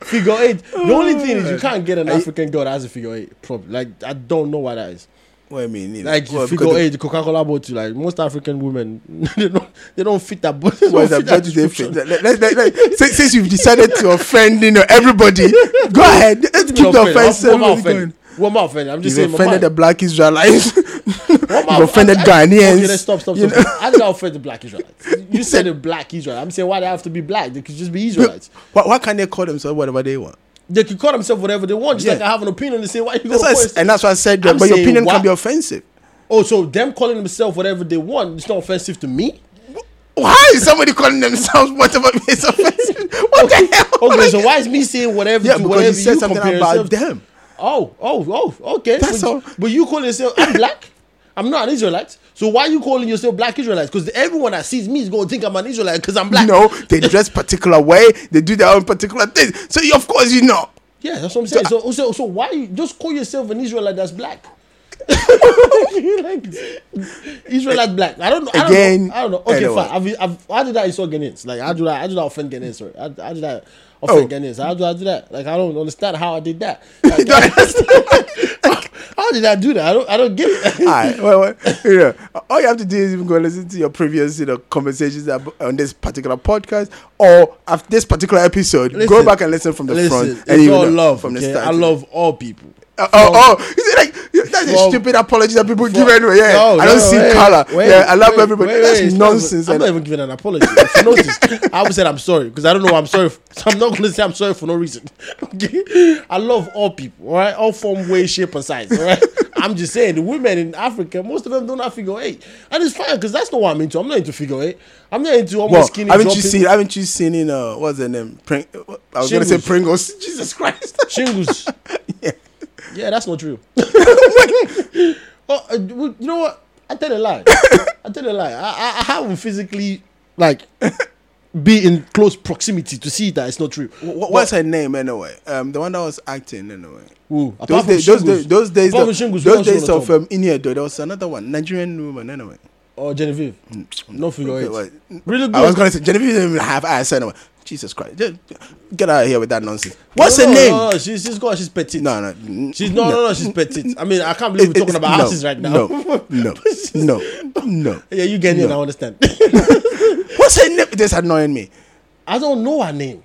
figure eight. The only thing is you can't get an African girl that has a figure eight. Probably, like I don't know why that is.
What I mean, you know,
Like
well,
figure
because
eight, the Coca Cola bottle. Like most African women, they don't they don't fit that. bo- They
the- what
don't
is that?
fit that description.
What do they think? Let- let- let- let- since, since you've decided to offend you know everybody, go ahead. Let's keep the
Offended.
offense
What am I
everybody going.
offended? What am I offended? I'm just saying.
You've
my
offended
mind.
the black Israelites.
What am I-
You've offended
I- I-
Ghanaians.
Okay, let's stop, stop,
You
stop. stop. I did not offend the black Israelites. You said the black Israelites. I'm saying why they have to be black. They could just be Israelites.
Why, why can't they call themselves whatever they want?
They could call themselves whatever they want. Just
Yeah.
like I have an opinion. They say why you
That's why I
going
s- and that's why I said that.
I'm
but your
saying
opinion
why-
can be offensive.
Oh, so them calling themselves whatever they want, it's not offensive to me.
Why is somebody calling themselves whatever is offensive? What the hell?
Okay, so why is me saying whatever
yeah,
to
because
whatever
you said something
compare
about
yourself to?
them.
Oh, oh, oh, okay.
That's
but,
all.
But you call yourself I'm black. I'm not an Israelite. So why you calling yourself black Israelites? Because everyone that sees me is gonna think I'm an Israelite because I'm black.
You know, they dress particular way, they do their own particular things. So you, of course you know.
Yeah, that's what I'm saying. So, so, so why you just call yourself an Israelite that's black? like, Israelite black. I don't know. I
Again,
don't know. I don't know. Okay,
anyway.
fine. I've, I've, how did I insult Ghanaians? Like, how do I, how did I offend Ghanaians? Sorry, how, how did I offend
Oh.
Ghanaians? How do I do that? Like, I don't understand how I did that. Like,
don't
how did I do that? I don't, I don't get it.
Alright, well, well, you know, all you have to do is even go and listen to your previous you know, conversations ab- on this particular podcast or after this particular episode. go
Listen.
back and listen from the
Listen,
front. And
it's
you
all
will know
love.
from the
okay?
start.
I love all people.
Oh, oh, oh. Is it like that's a
From-
stupid apology that people give
Well,
anyway? Yeah,
no,
I don't
no,
see
wait,
color.
wait,
yeah, I love
wait,
everybody.
wait,
that's
wait, it's not
nonsense. eh.
even- I'm not even giving an apology. If you noticed, I would say I'm sorry because I don't know why I'm sorry. For, so I'm not going to say I'm sorry for no reason. Okay, I love all people. All right, all form, way, shape, and size. All right, I'm just saying the women in Africa, most of them don't have figure eight, and it's fine because that's not what I'm into. I'm not into figure eight. I'm not into almost
well,
skinny.
haven't you
dropping-
seen? Haven't you seen in uh, what's the name? Pring- I was going to say
Shingles.
Pringles. Jesus Christ!
shingles? yeah. that's not true. oh, uh, you know what? I tell a lie. I tell a lie. I, I, I haven't physically like be in close proximity to see that it's not true.
What, what's her name anyway? Um, the one that was acting anyway.
Ooh,
Those
apart from
days, those
Shingles-
days, those days,
apart
the-
from Shingles, who
those
else you
days
wanna
of
talk?
um, India though. There was another one, Nigerian woman anyway.
or Oh, Genevieve, no figure
Mm, Okay,
eight.
wait.
Really
I was
good.
going to say Genevieve didn't even have ass anyway. Jesus Christ! Just Get out of here with that nonsense. What's
No,
her
no,
name?
No, no, she's she's got she's petite.
No, no,
She's no, no, no, she's petite. I mean, I can't believe we're talking about
no,
asses right now.
No, no, no, no.
yeah, you get it. I understand.
What's her name? This annoying me.
I don't know her name.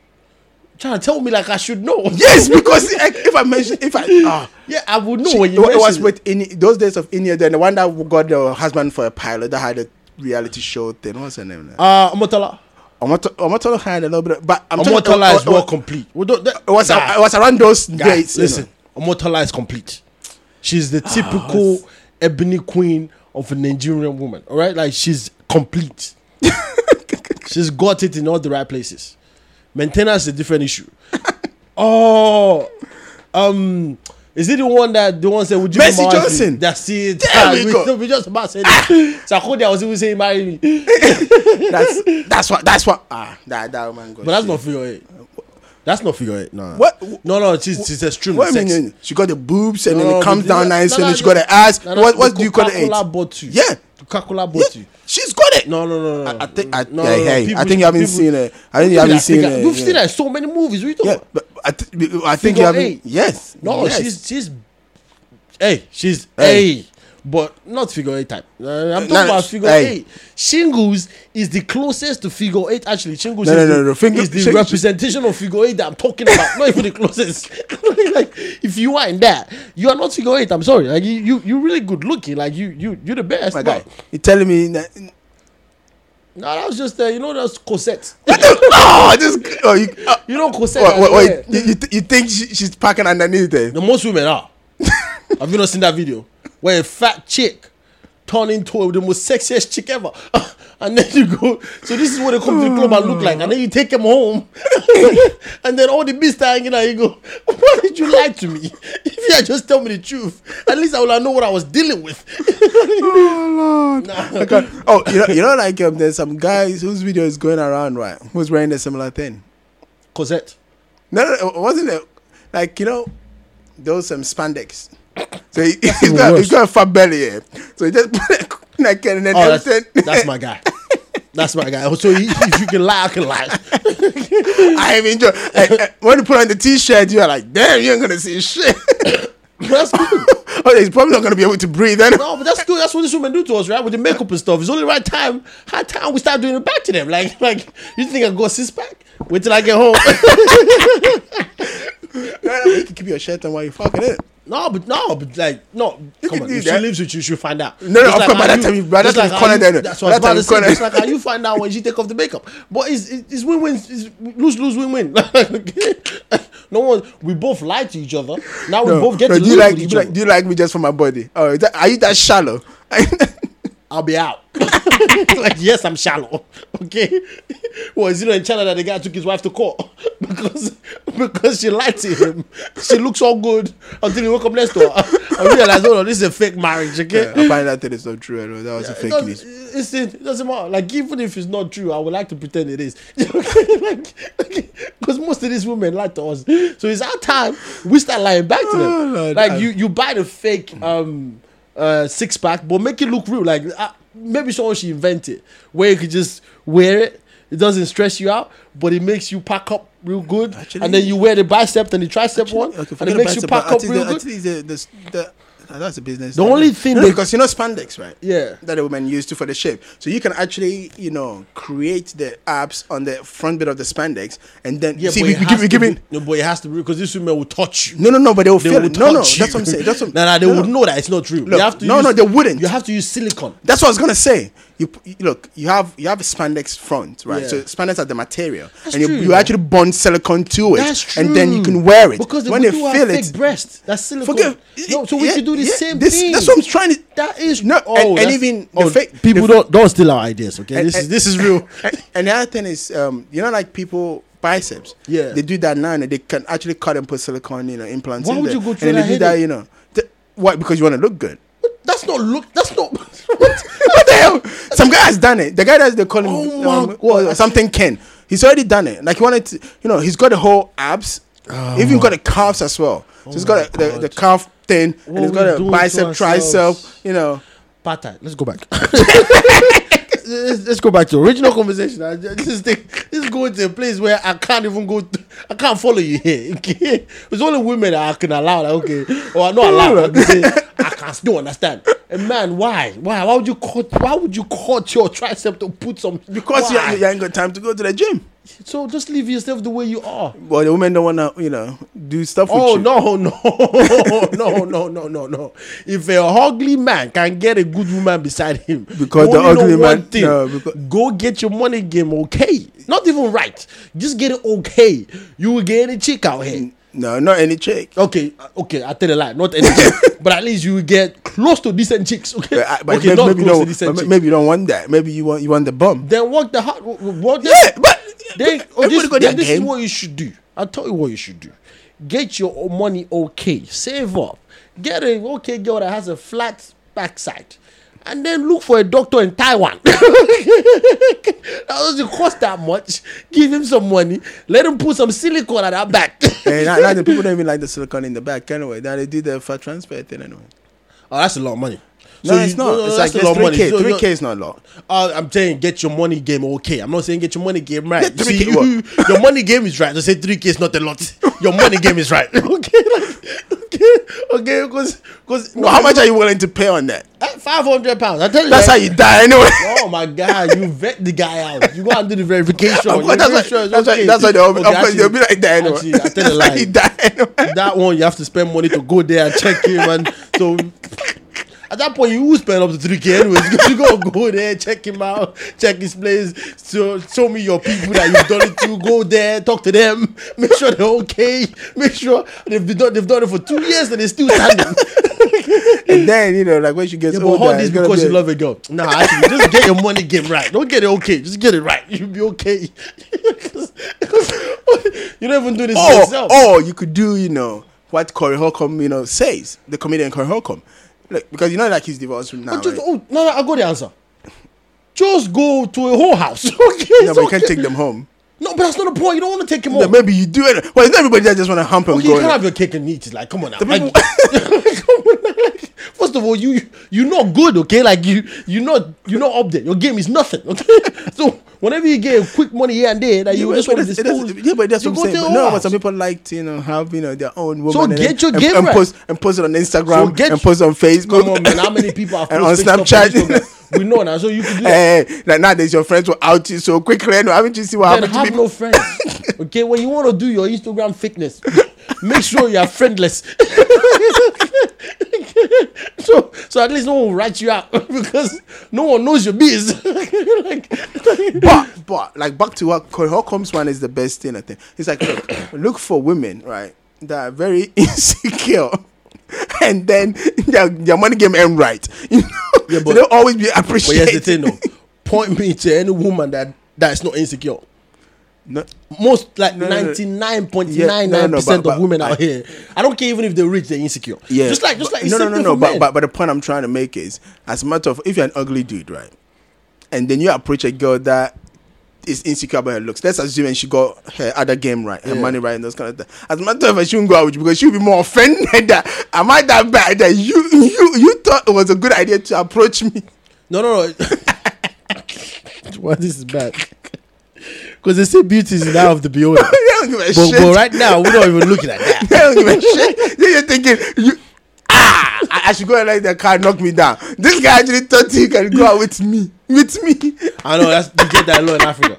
Trying to tell me like I should know.
Yes, because I- if I mention, if I, ah,
Yeah, I would know
she-
when
it
you
wa- it was
mention it.
with in those days of India. Then the one that got the husband for a pilot that had a reality show thing. What's her name? now?
Uh, Omotola.
Omoto- Omotola had a little bit, of, but I'm talking-
Omotola is
oh, oh,
more
oh,
complete. We don't, that,
It was,
guys,
it was around those
guys,
dates. you
listen,
know. Ah,
Omotola is complete. She's the typical ebony queen of a Nigerian woman. All right, like she's complete. she's got it in all the right places. Maintenance is a different issue. oh, um, Is it the one that the one said would you
Mercy
marry me?"
Johnson.
That's it.
There
Ah,
we go. Ah!
We just about said it. Sarkozy was even saying marry me, but
That's that's what that's what ah that that woman got.
that's
shit.
not figure eight. That's not figure eight. No.
What-
No, no. She's she's extremely
What I
sexy.
mean, she got the boobs and
No,
then
no,
it comes
but-
down
no,
nice
no,
and then
no,
she got
no.
the ass.
No, no,
what
the
what do you call it?
Coca-Cola bought you.
Yeah.
The Coca-Cola
Yeah,
bought you.
she's got it.
No, no, no, no.
I, I think I,
no,
yeah,
no, no,
yeah,
people-
I think you haven't
people-
seen it. I think you
people
haven't
that
seen
figure-
it.
You've
yeah.
seen her in so many movies. What are you talking
Yeah,
about?
but I, th- I think you
Figure
haven't.
eight.
Yes.
No,
yes.
she's she's. Hey, she's
Hey.
hey. but not figure eight type. Uh, I'm talking
No,
about
sh-
figure
hey.
eight. Shingles is the closest to figure eight. Actually, shingles
No,
is,
no, no,
the,
no, finger-
is the
shing-
representation of figure eight that I'm talking about. not even the closest. like, if you are in that, you are not figure eight. I'm sorry. Like, you you you really good looking. Like, you you you're the best.
Oh My
but-
guy, you telling me that?
No, that was just uh, you know that's Cosette.
Oh, this. Oh, you, uh,
You know Cosette.
what, what,
yeah.
what, you, you, th- you think she, she's packing underneath there?
The most women are. Have you not seen that video where a fat chick turn into the most sexiest chick ever, and then you go. So this is what they come to the club and look like, and then you take them home, and then all the beasts are hanging out. You go, why did you lie to me? If you had just tell me the truth, at least I would have known what I was dealing with.
Oh Lord! I can't- Oh, you know, you know, like um, there's some guys whose video is going around, right? Who's wearing a similar thing?
Cosette.
No, no, no wasn't it? Like you know, those um, spandex. So he, he's
the
got,
worst.
he's got a fat belly here. So he just put a neck and then
Oh, that's,
everything.
that's my guy. That's my guy. Oh, So he, if you can lie, I can lie.
I even enjoy. and- and when you put on the t-shirt, you're like, damn, you ain't gonna see shit.
That's good.
oh, he's probably not gonna be able to breathe. Then
No, but that's good. That's what these women do to us, right? With the makeup and stuff. It's only right time, high time we start doing it back to them. Like, like you think I got six pack? Wait till I get home.
you can keep your shirt on while you fucking it.
no, but no, but like no.
can
come on,
do
if
that.
she lives with you, she'll find out.
No, no,
Just
of course, by
how
that time you- by that
just
time you
how
corner then.
That's what I was
By
about
that
to
time
say.
you
Just like how you find out when she take off the makeup. But it's it's, it's win win. It's lose lose win win. no one. We both lie to each other. Now we
No,
both get
no,
to
do you
live
like,
with
do you
each
like,
other.
do you like me just for my body? Oh, is that, are you that shallow?
I'll be out. like, yes, I'm shallow. Okay. Well, is it not in China that the guy took his wife to court? because because she lied to him. She looks all good until he woke up next to her. I realized, oh no, this is a fake marriage, okay?
I find that thing is not true at all. That was a
It
fake news.
doesn't, it's- it doesn't matter. Like, even if it's not true, I would like to pretend it is. Because most of these women lie to us. So it's our time. We start lying back to them.
Oh, Lord.
like,
I-
you, you buy the fake um, uh, six pack, but make it look real. Like, uh, maybe someone should invent it where you could just wear it. It doesn't stress you out, but it makes you pack up real good.
Actually-
and then you wear the bicep and the tricep one, and
forget
it makes
about
you
it,
pack
but I
up
think
real
the- I
good.
think the- the- the- uh, that's a business.
The
I
only
don't-
thing
No,
they-
because you know spandex, right?
Yeah.
That the women used to for the shape. So you can actually, you know, create the abs on the front bit of the spandex, and then
Yeah,
see
but
we,
it
we
has
give we
to
give
be-
it.
No, but it has to be because this woman will touch you.
No, no, no. But they will
they
feel
would
it. No, no.
touch
That's
you.
what I'm saying. That's what.
no, no, they
no,
would know that it's not true.
Look,
you have to
no,
use,
no, they wouldn't.
You have to use silicone.
That's what I was gonna say. You, p- you- look, you have you have a spandex front, right?
Yeah.
So spandex are the material,
That's
and you,
true,
you
man.
actually bond silicone to it,
That's true.
and then you can wear it.
because
when
they
they
do have
feel
fake
it,
breasts. That's silicone.
forget.
No, so we
yeah,
should do the
yeah,
same
this-
thing.
That's what I'm trying to.
That is Oh,
No, and- and
that's-
even the fake-
people
the-
don't don't steal our ideas. Okay,
And-
this is
and-
this is real.
And, and the other thing is, um, you know, like people biceps.
Yeah.
They do that now, and they can actually cut and put silicone, you know, implants.
Why
in
would
there.
you go
And
through
then they
that
do that,
headache?
you know. Th- why? Because you want to look good.
That's not look. That's not.
what the hell? Some guy has done it. The guy that's they call him
Oh my
um,
God.
well, something Ken. He's already done it. Like he wanted to, you know, he's got the whole abs, even got the calves as well. So he's got a,
Oh my
the,
God.
the calf thing, and
What
he's
we
got a
doing to
bicep,
ourselves?
tricep, you know.
Pattern. Let's go back. Let's, let's go back to original conversation. I ju- this, thing, this is going to a place where I can't even go. To, I can't follow you here. Okay, it's only women that I can allow. Like, okay, or not allow. I can say, I can still understand. And man, why? Why? Why would you cut? Why would you cut your tricep to put some?
Because you,
why?
you ain't got time to go to the gym.
So just leave yourself the way you are.
Well, the women don't wanna, you know, do stuff with
Oh
you.
no no no no no no no! If a ugly man can get a good woman beside him,
Because
you
the
only know
ugly
one
man-
thing,
no, because-
go get your money game okay. Not even right, just get it okay. You will get any chick out
Mm.
here.
No, not any chick.
Okay, uh, okay, I tell a lie, not any chick, but at least you will get close to decent chicks. Okay,
But, I- but
okay,
maybe,
not
maybe you
close to
don't,
decent
but
chicks.
maybe you don't want that. Maybe you want you want the bum.
Then work the hard. Work the,
Yeah, but
They, oh,
everybody
this,
got their
this is
game.
what you should do. I'll tell you what you should do. Get your money okay. Save up. Get a okay girl that has a flat backside. And then look for a doctor in Taiwan. that doesn't cost that much. Give him some money. Let him put some silicone at her back. Oh,
And now, now the people don't even like the silicone in the back anyway. Now they do the fat transfer thing anyway.
Oh, that's a lot of money.
No,
So
it's
you-
not. it's like
that's a
there's
lot of money.
3K.
So you're-
3K is not a lot.
Uh, I'm saying get your money game okay. I'm not saying get your money game right.
Yeah,
See,
3K
you, your money game is right. Just say three K is not a lot. Your money game is right. okay, like, okay, okay, because because
Well, how much are you willing to pay on that?
eh, Five hundred pounds. I tell you,
That's
right?
how you die anyway.
Oh my god, you vet the guy out. You go out and do the verification.
Of course,
You make
that's why.
sure it's
that's why.
okay.
That's why they'll,
Okay,
of course
actually-
they'll be like that anyway.
actually, I tell you
That's how you
like,
die anyway.
that one you have to spend money to go there and check him and so at that point you will spend up to 3k anyways because you gotta go there check him out check his place so show me your people that you've done it to go there talk to them make sure they're okay make sure they've been done, they've done it for two years and they're still standing
And then you know, like when she gets
yeah, but
older,
all this
it's gonna
because
be
you
a-
love a girl nah actually just get your money game right don't get it okay just get it right you'll be okay 'Cause- 'cause you don't even do this to
Or,
yourself
or you could do, you know, what Corey Holcomb, you know, says the comedian Corey Holcomb, like because you know, like he's divorced from now.
But just,
right?
oh, no, no, I got the answer. Just go to a whole house. okay, it's
No, but you
okay.
can't take them home.
No, but that's not the point. You don't want to take him
Then
off.
maybe you do it. Well, it's not everybody that just want to hump and
Okay, you
go.
can't
in.
have your cake and eat it. Like, come on now.
The
Like,
people-
come on now, like, first of all, you you- you're not good. Okay, like you you're not you're not up there. Your game is nothing. Okay, so whenever you get quick money here and there, that
Yeah,
you
but-
just
but
want to
that's- that's-
dispose.
yeah, but that's
you
what
go
I'm saying.
to
But
your
no, but
house.
some people like to, you know, have you know their own woman. and
get
then-
your
and,
game
and
right.
post and post it on Instagram
So get
and post it on Facebook.
Come on, man. How many people have
and on
posted stuff
Snapchat?
Instagram? we know now, so you can do that.
Eh, like nowadays, your friends will out you so quickly. Anyway, haven't you seen what
then
happened to
have
people?
no friends. okay, when you want to do your Instagram fitness, make sure you are friendless. so, so at least no one will write you out because no one knows your biz. like,
but but like back to what Corey Holcomb's one is the best thing I think. It's like look, look for women right that are very insecure. And then their, their money game end right. You know, so
but-
they'll always be
but
appreciated.
here's the thing, though. Point me to any woman that that's not insecure.
No,
Most like
no, no.
ninety nine point
Yeah, no,
nine
no,
nine
no,
percent
but-
of
but
women
I-
out here. I don't care even if they're rich, they're insecure.
Yeah.
just like just
but-
like it's
no, no,
same
no,
thing
no.
for
But,
men.
but but the point I'm trying to make is, as a matter of, if you're an ugly dude, right, and then you approach a girl that is insecure about her looks, let's assume and she got her other game right, her money right, and those kind of things. As a matter of, fact, she won't go out with you because she'll be more offended that am I that bad that you you you thought it was a good idea to approach me.
No, no, no. Why this is bad? Because they say beauty is now of the beholder.
they don't give a
but,
shit.
but right now, we're not even looking at that.
They don't give a shit. Then you're thinking you. Ah, I I should go and let the car knock me down. This guy actually thought he can go out with me. With me.
I know that's you get that a lot in Africa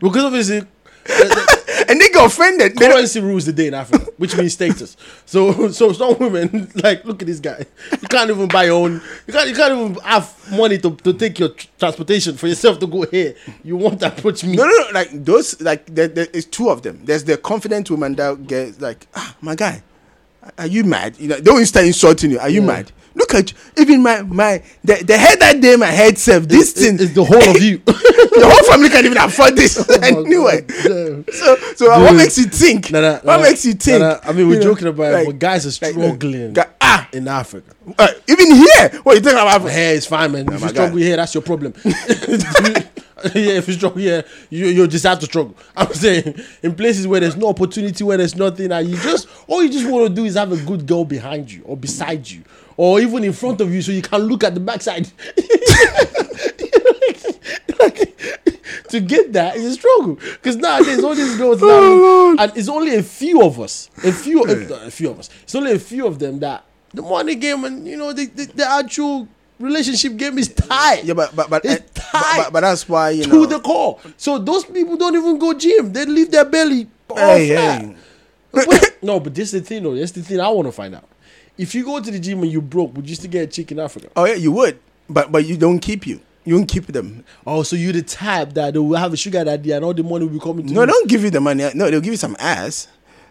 because obviously the- the
and they get offended. They don't,
currency rules the day in Africa, which means status. So, so some women like look at this guy. You can't even buy your own. You can't. You can't even have money to, to take your tr- transportation for yourself to go here. You want to approach me?
no, no, no, like those, like there, there is two of them. There's the confident woman that gets like, ah, my guy, are you mad? You know, they will start insulting you. Are you
Yeah.
mad? Look at you. even my my the, the head that day my head self. This thing,
It- it's the whole of you.
the whole family can't even afford this
Oh my God,
anyway.
damn.
So, so what
Dude.
makes you think?
Nah, nah,
what
nah,
makes you think?
nah, nah. I mean, we're
You know,
joking about it,
like-
but guys are
like,
struggling
guy- ah,
in Africa.
uh, even here. What you talking about?
Hair is fine, man. if
my
you struggle
God.
here, that's your problem. yeah, if you struggle here, you you just have to struggle. I'm saying in places where there's no opportunity, where there's nothing, and you just all you just want to do is have a good girl behind you or beside you or even in front of you, so you can look at the backside. to get that is a struggle because nowadays all these girls now, and it's only a few of us a few a, a few of us it's only a few of them that the money game and you know the, the, the actual relationship game is tied
Yeah, but but but,
It's
but, but but that's why you
to
know
the core so those people don't even go gym they leave their belly all
Hey,
flat.
hey.
But- no but this is the thing though that's the thing i want to find out if you go to the gym and you broke would you still get a chick in africa
Oh yeah, you would, but but you don't keep you. You don't keep them.
oh so you the type that they will have a sugar daddy and all the money will be coming to
No,
you.
don't give you the money. No, they'll give you some ass,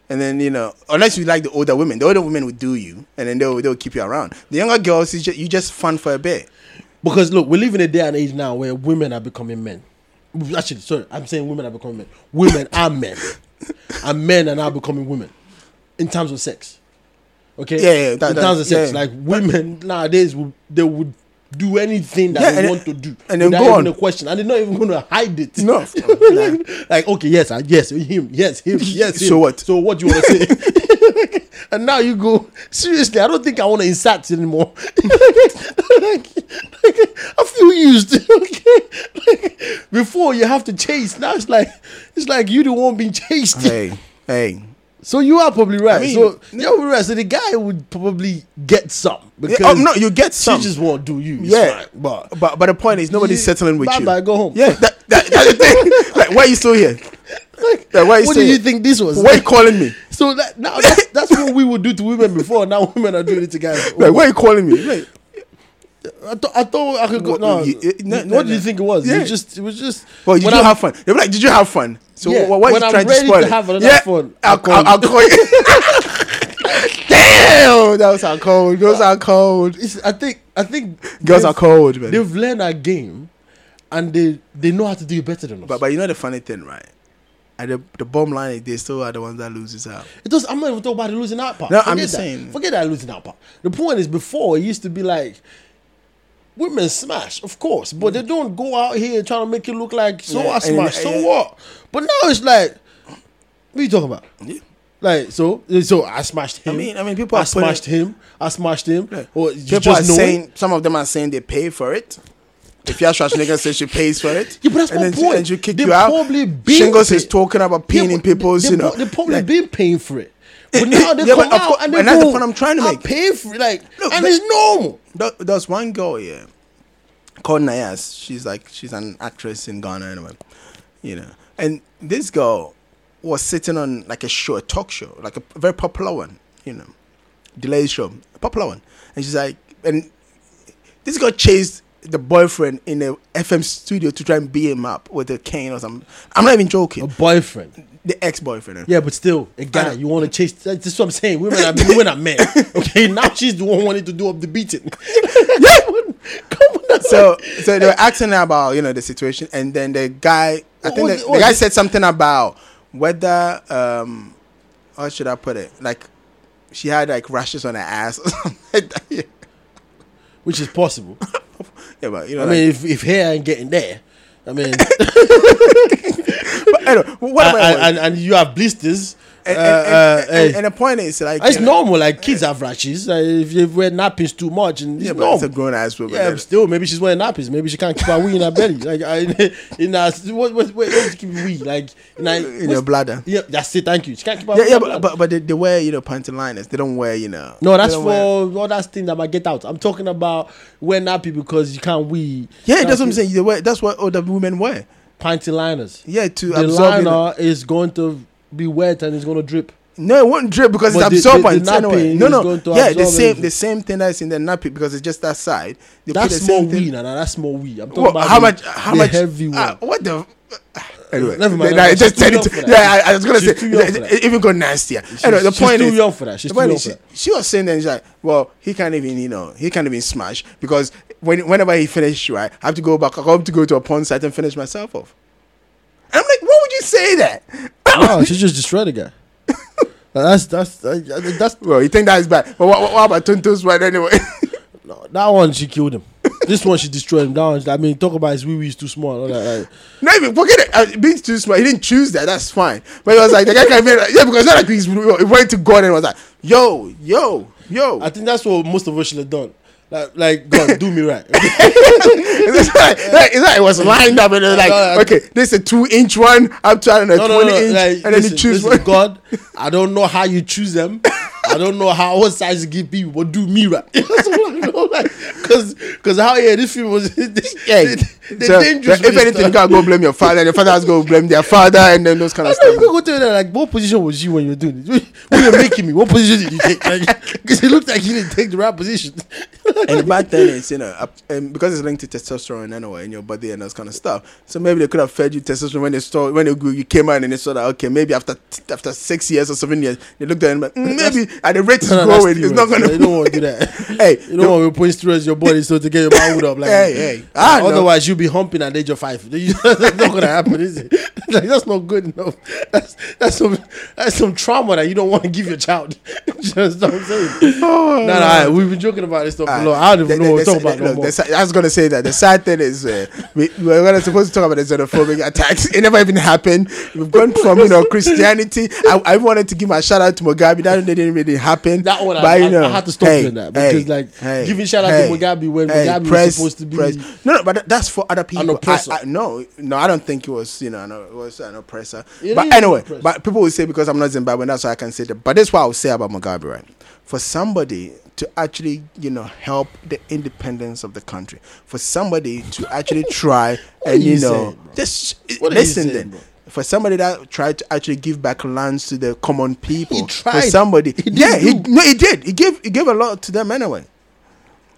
and then you know, unless you like the older women, the older women will do you, and then they'll they'll keep you around. The younger girls, is just, you just fun for a bit.
Because look, we live in a day and age now where women are becoming men. Actually, sorry, I'm saying women are becoming men. Women are men, and men are now becoming women. in terms of sex. Okay.
Yeah, yeah, that-
in
that-
terms of sex,
yeah.
like women nowadays would they would do anything that
Yeah,
they
and-
want to do,
and then
without
go
even a
on.
question, and they're not even going to hide it.
No, of course,
like, like, okay, yes, I, yes, him, yes, him, yes.
So
him.
what?
So what do you want to say? and now you go seriously. I don't think I want to insert anymore. like, like, I feel used. okay, like, before you have to chase. Now it's like it's like you the one being chased.
hey, hey.
So you are probably right.
mean-
so you're probably right. So the guy would probably get some because
Yeah, oh, no, you get
she
some.
just won't do you. It's
yeah,
fine, but
but but the point is nobody's
Yeah,
settling with you.
bye-bye, go home.
Yeah, that, that, that's the thing. like, why are you still here?
like,
Yeah, why you
what do
say
you
it?
think this was?
Why are you calling me?
so that, now that's, that's what we would do to women before. Now women are doing it to guys.
Like, why are you calling me? Like,
I, thought I thought I could go.
What-
No,
you- you- no,
what
no,
do you
no.
think it was?
Yeah.
It just it was just.
well, did
when
you
I'm-
have fun? They're like, did you have fun? So
Yeah,
wh- why are
when
you
I'm
trying to
ready
spoil
to
it?
have another fun,
I'll,
I'll
I'll, I'll, call you. Damn, that was our cold. Girls are cold.
It's, I think I think
Girls
they've-
are cold, man.
They've learned our game, and they they know how to do it better than us.
But but you know the funny thing, right? And the, the bottom line is they still are the ones that loses out.
It does. I'm not even talking about the losing out part.
No, I'm
Forget
just
that.
saying.
Forget that losing out part. The point is, before it used to be like women smash, of course, but they don't go out here trying to make it look like so
Yeah,
I
and-
smash, so
yeah.
what? But now it's like, what are you talking about? Like so, so I smashed him.
mean- I mean, people
I
are putting-
smashed him. I smashed him. Or you
People
just
are
know it.
saying some of them are saying they pay for it. If you're Schwarzenegger says she pays for it,
Yeah, but that's
and
my
then she-
point.
and she kick
They
you out.
probably been
Shingles is
paid.
talking about peeing in
but they-
people's,
they,
you know.
They probably
like-
been paying for it, but now they
Yeah,
come
but of
out
course-
and they
and that's the
go,
point I'm trying to
"I
make."
paid for it, like,
Look,
and
but-
it's normal.
There- There's one girl here called Nayas. She's like she's an actress in Ghana anyway. You know. And this girl was sitting on like a show, a talk show, like a p- very popular one, you know. Delayed show. A popular one. And she's like and this girl chased the boyfriend in a FM studio to try and beat him up with a cane or something. I'm not even
A
joking.
boyfriend.
The ex boyfriend.
Yeah, but still, a guy
know.
you want to chase. That's just what I'm saying. Women are women are men. Okay, now she's the one wanting to do up the beating. come on, come on.
so so they were asking her about you know the situation, and then the guy, I
What
think
was
the,
it-
the
what
guy
was it?
said something about whether um, how should I put it? Like she had like rashes on her ass or something like that. Yeah,
which is possible.
yeah but you know,
I
like,
mean, if if hair ain't getting there, I mean,
but, I don't know, what
and,
about
and, and, and you have blisters.
and,
uh,
and,
uh,
and- and-
hey.
and the point is like
It's
you know,
normal. Like kids have rashes. Like, if you wear nappies too much, and it's
yeah, but
normal.
it's a grown ass woman.
yeah,
Yeah,
but still, maybe she's wearing nappies. Maybe she can't keep her wee in her belly. Like I, in her, what, what, what, what keep wee? Like in, her,
in your
what's-
bladder.
Yeah, that's it. Thank you. She can't keep her.
Yeah,
wee
yeah,
in her
but,
bladder.
but but they, they wear you know pantaliners. They don't wear you know.
no,
they
that's
don't wear-
for all that thing that might get out. I'm talking about wearing nappy because you can't wee.
yeah. That's what I'm saying. They wear, that's what older women wear.
Panty liners.
Yeah, to
The
absorb. you know-
liner is going to be wet and it's going to drip.
No, it won't drip because
But
it's
the- the- the
absorbent. anyway.
napping
No,
is
no,
going to
yeah, the
absorb
same,
everything.
the same thing that's in the nappy because it's just that side. They put
That's
the
small
same thing-
wee, now. That's small wee. I'm talking
Well,
about
how
the-
much? How
the
much?
Heavy one.
ah, what the? Anyway,
Never mind, never
Nah, it
mind. She's
just
too
turned
young
into-
for that.
yeah, I, I was gonna
She's
say
too young for that.
it even go nastier. anyway, the
she's
point
too
is,
young for that. She's
the
too
point
young
is
for
she,
that.
she was saying that she's like, well, he can't even, you know, he can't even smash because when whenever he finished, right, I have to go back. I have to go to a porn site and finish myself off. And I'm like, why would you say that?
No, she just destroyed the guy. That's that's uh, that's
Well, you think that is bad? But what, what, what about Tuntu's one anyway?
no, that one. She killed him. this one she destroyed him. That one, I mean, talk about his wee wee is too small. all that, like-
Not even forget it. Uh, being too smart, he didn't choose that. That's fine. But it was like the guy came in. Like, yeah, because it's not like he's, he went to God and was like, "Yo, yo, yo."
I think that's what most of us should have done. Like, like God, do me right.
it's like, like, it's like it was lined up and it was like,
No, I-
okay, this is a two inch one up to I don't know,
No, no,
twenty
no.
inch,
Like,
and then
listen,
you choose
listen,
one.
God, I don't know how you choose them. I don't know how what size you give people, but do me right. That's all I know. Like, cause, cause how yeah, this film was. They, they, they
So,
dangerous.
if anything, you gotta go blame your father, and your father has to go blame their father, and then those kind
I
of
know
stuff.
you can go tell them like, what position was you when you were doing it? When you were making me, what position did you take? Like, because it looked like you didn't take the right position.
and the bad thing is, you know, up- and because it's linked to testosterone anyway in your body and those kind of stuff. So maybe they could have fed you testosterone when they saw when they, grew- you came out and they saw that okay, maybe after after six years or seven years, they looked at it and like, mm, maybe at the rate it's
No, no, that's
growing, it's not
steroids.
gonna.
You don't want to do that.
hey,
You don't want to put steroids in your body so to get your manhood up. Like,
Hey, hey. I know.
otherwise you'll be humping at the age of five. That's not gonna happen, is it? like that's not good enough. That's that's some that's some trauma that you don't want to give your child. Just know what I'm saying.
Oh,
Nah, nah, alright, we've been joking about this stuff for
Alright.
long. I don't even
Ah,
know
The-
what
the-
we're
the-
talking about
look,
no more.
the si- I was gonna say that the sad thing is uh, we, we were supposed to talk about the xenophobic attacks. It never even happened. We've gone from you know Christianity. I, I wanted to give my shout out to Mugabe. That didn't really happen.
That one, I,
But,
I,
you know,
I had to stop
hey,
doing that
hey,
because, like,
hey,
giving shout out
hey,
to Mugabe when
hey,
Mugabe was
press,
supposed to be.
press. no, no, but that- that's for other people. I-
oppressor.
I, no, no, I don't think it was you know no, it was an oppressor.
It is
but
an
anyway,
oppressor.
but people will say because I'm not Zimbabwean, that's why I can say that. But that's what I would say about Mugabe, right? For somebody to actually, you know, help the independence of the country, for somebody to actually try
are
and you,
you
know
saying, bro?
just
What are you
listen
saying,
then.
bro?
For somebody that tried to actually give back lands to the common people, for
tried.
somebody,
He did
yeah, he,
do.
no, he did. He gave he gave a lot to them anyway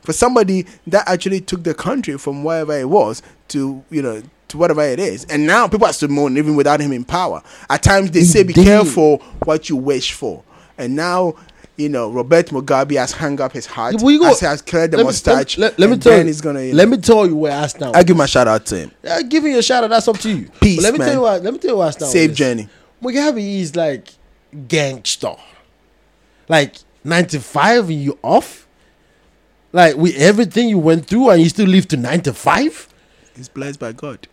for somebody that actually took the country from wherever it was to you know to whatever it is and now people are still mourning even without him in power at times they say be
Indeed.
careful what you wish for and now you know Robert Mugabe has hung up his heart
Yeah, but you go-
has, has cleared the
Let me-
mustache
Let, let me
and
tell
then
you.
he's gonna you
let me tell you where I stand.
know, I give my shout out to him
Uh, giving you a shout out, that's up to you.
Peace,
But let me
man.
tell you what. Let me tell you what I stand.
save
with this.
Jenny
Mugabe is like gangster. Like ninety five, and you off. Like with everything you went through, and you still live to ninety five.
he's blessed by God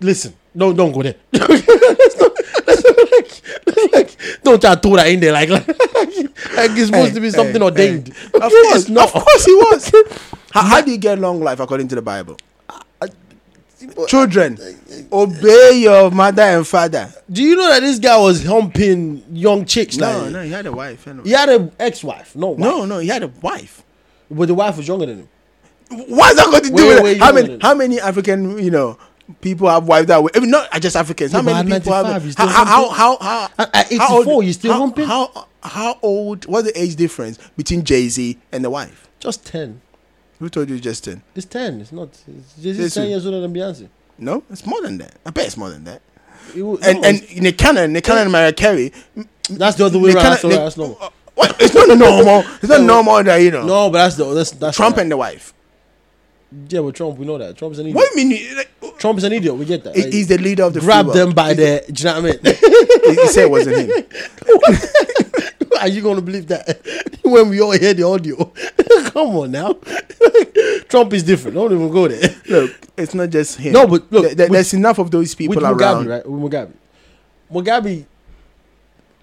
Listen, no, don't go there. That's not- that's not like- that's like- don't try to throw that in there like like, it's supposed to be something ordained.
of
Of
course
course, no.
of course he was how, how do you get long life according to the Bible children obey your mother and father
Do you know that this guy was humping young chicks?
No,
like,
no, he had a wife. anyway.
He had an ex-wife, no, wife,
No, no, he had a wife.
but the wife was younger than him.
What's that got to do
Wait,
with
wait,
it? How
you know
many?
that-
How many African, you know, people have wives that way? Even not just Africans.
Yeah,
how many
but at
people
95, you
have?
still
How, how, how,
humping?
how, how,
At- at
how
84, you still
how,
humping?
How, how old? What's the age difference between Jay Z and the wife?
Just ten.
Who told you, Justin?
It's ten. It's not. It's, it's
Listen.
ten years older than Beyonce.
No, it's more than that. I bet it's more than that.
It wa-
And
no,
and in the canon, the canon, Mariah Carey. m-
that's the other way
they
around. That's,
cannot-
the way-
they-
that's normal.
What? It's not normal. It's not normal that you know.
No, but that's the that's that's
Trump
the-
and the wife.
yeah, but Trump. We know that Trump's an idiot.
What do you mean? you- Like,
Trump's an idiot. We get that.
He-
Like,
he's the leader of the free
grab
world.
them by
He's
the. Do you know what I
the- he, he said it wasn't him.
mean? Are you gonna believe that when we all hear the audio? Come on now, Trump is different. Don't even go there.
Look, it's not just him.
No, but look,
There- there-
with-
there's enough of those people
With Mugabe,
around.
right? With Mugabe, Mugabe.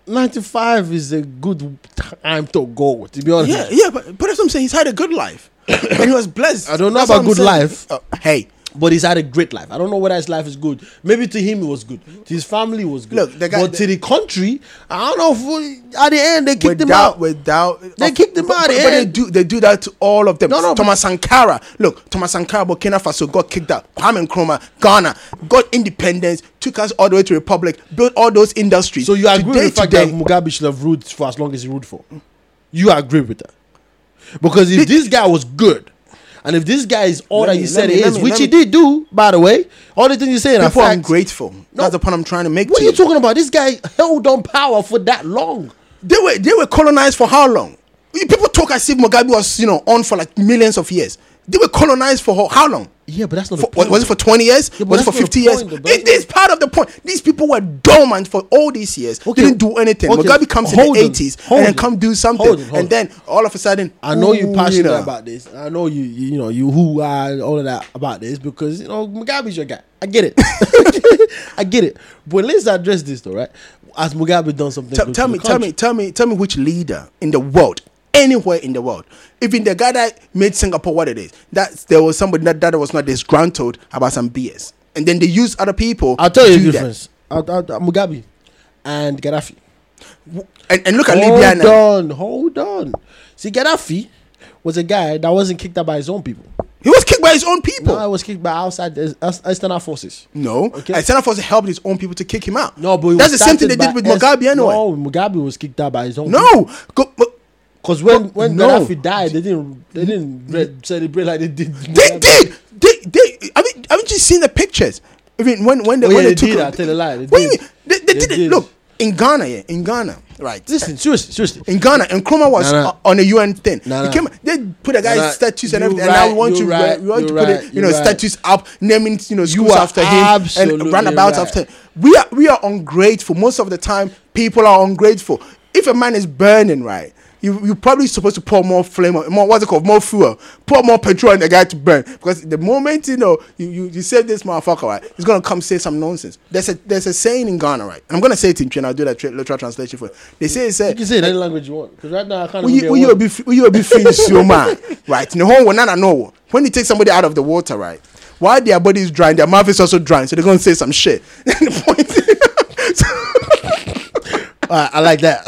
95 is a good time to go, to be honest.
Yeah, yeah, but, but that's what I'm saying. He's had a good life, and he was blessed.
I don't know
That's
about
what I'm
good
saying.
life.
Uh, hey,
But he's had a great life. I don't know whether his life is good. Maybe to him it was good. To his family it was good.
Look, the guy-
but to the country, I don't know. If we, at the end, they kicked him
without
out.
without
They kicked him
but-
out,
But,
eh?
but they do they do that to all of them.
No, no,
Thomas Sankara. Look, Thomas Sankara, Burkina Faso got kicked out. Kwame Nkrumah, Ghana got independence, took us all the way to republic, built all those industries.
So you agree
Today,
with the fact
today-
that Mugabe should have ruled for as long as he ruled for? You agree with that? Because if this guy was good, and if this guy is all
Let
that
me-
you
let
said
me-
he
let
is,
me-
which
let
he
me-
did do, by the way, all the things you're saying are
people are
facts.
ungrateful. That's the point I'm trying to make.
What
to
are you talking about? This guy held on power for that long.
They were they were colonized for how long? You- People talk as if Mugabe was you know on for like millions of years. They were colonized for ho- how long?
Yeah, but that's not
For,
the
was,
point.
was it for 20 years?
Yeah, but
was it
that's
for
not the
50 years?
point, though, bro.
it is part of the point. These people were dormant for all these years.
Okay.
Didn't do anything.
Okay.
Mugabe comes
Hold on.
in the 80s
Hold
and then
on.
come do something.
Hold on, hold on.
And then all of a sudden,
I know
ooh,
you're passionate
know.
about this. I know you, you, you know, you who are all of that about this because you know Mugabe's your guy. I get it. I get it. But let's address this though, right? Has Mugabe done something?
Tell,
good
tell
for
me,
the
tell me,
country?
tell me, tell me which leader in the world, anywhere in the world, even the guy that made Singapore what it is, that there was somebody that, that was not disgruntled about some BS, and then they used other people.
I'll tell you
to
the
do that.
difference. I'll, I'll, Mugabe and Gaddafi.
W- And, and look at Libya
Hold
now.
on, hold on. See, Gaddafi was a guy that wasn't kicked out by his own people.
He was kicked by his own people.
No, I was kicked by outside the ex- external forces.
No,
Okay.
and Santa Force helped his own people to kick him out.
No, but it
that's the
was
same thing they
started
did
by
with
ex-
Mugabe anyway.
No, Mugabe was kicked out by his own. people.
No, Go, but
Because when when
No.
Gaddafi died, they didn't they didn't re- celebrate like they did.
they did. They, they. I mean, haven't you seen the pictures? I mean, when when they
Oh,
when
yeah,
they,
they
took
did.
him-
I tell a lie. They
What do you
did.
mean? They, they
They
did it.
did.
Look, in Ghana, yeah, in Ghana, right?
Listen, seriously, seriously.
in Ghana, and Nkrumah was
Nah, nah.
uh, on a UN thing.
Nah,
He
nah.
came, they put a guy's
Nah, nah.
statues and
You
everything.
right,
and now we want
you
to
right,
we want to
you
put
right,
it, you know
you right.
statues up, naming you know schools
are
after him
absolutely
and runabouts
right.
after. Him. We are we are ungrateful most of the time. People are ungrateful. If a man is burning, right. You, you're probably supposed to pour more flame, on- more what's it called, more fuel, pour more petrol on the guy to burn. Because the moment you know you, you, you save this motherfucker, right, he's gonna come say some nonsense. There's a there's a saying in Ghana, right? I'm gonna say it in Trin. I'll do that tra- literal translation for you. They say it's a
You can say it any language you want. Because right now I can't even
we
get
we
one.
will be we will be finished so man right no one will not know when you take somebody out of the water right while their body is drying their mouth is also drying so they're gonna say some shit and the point
I, I like that.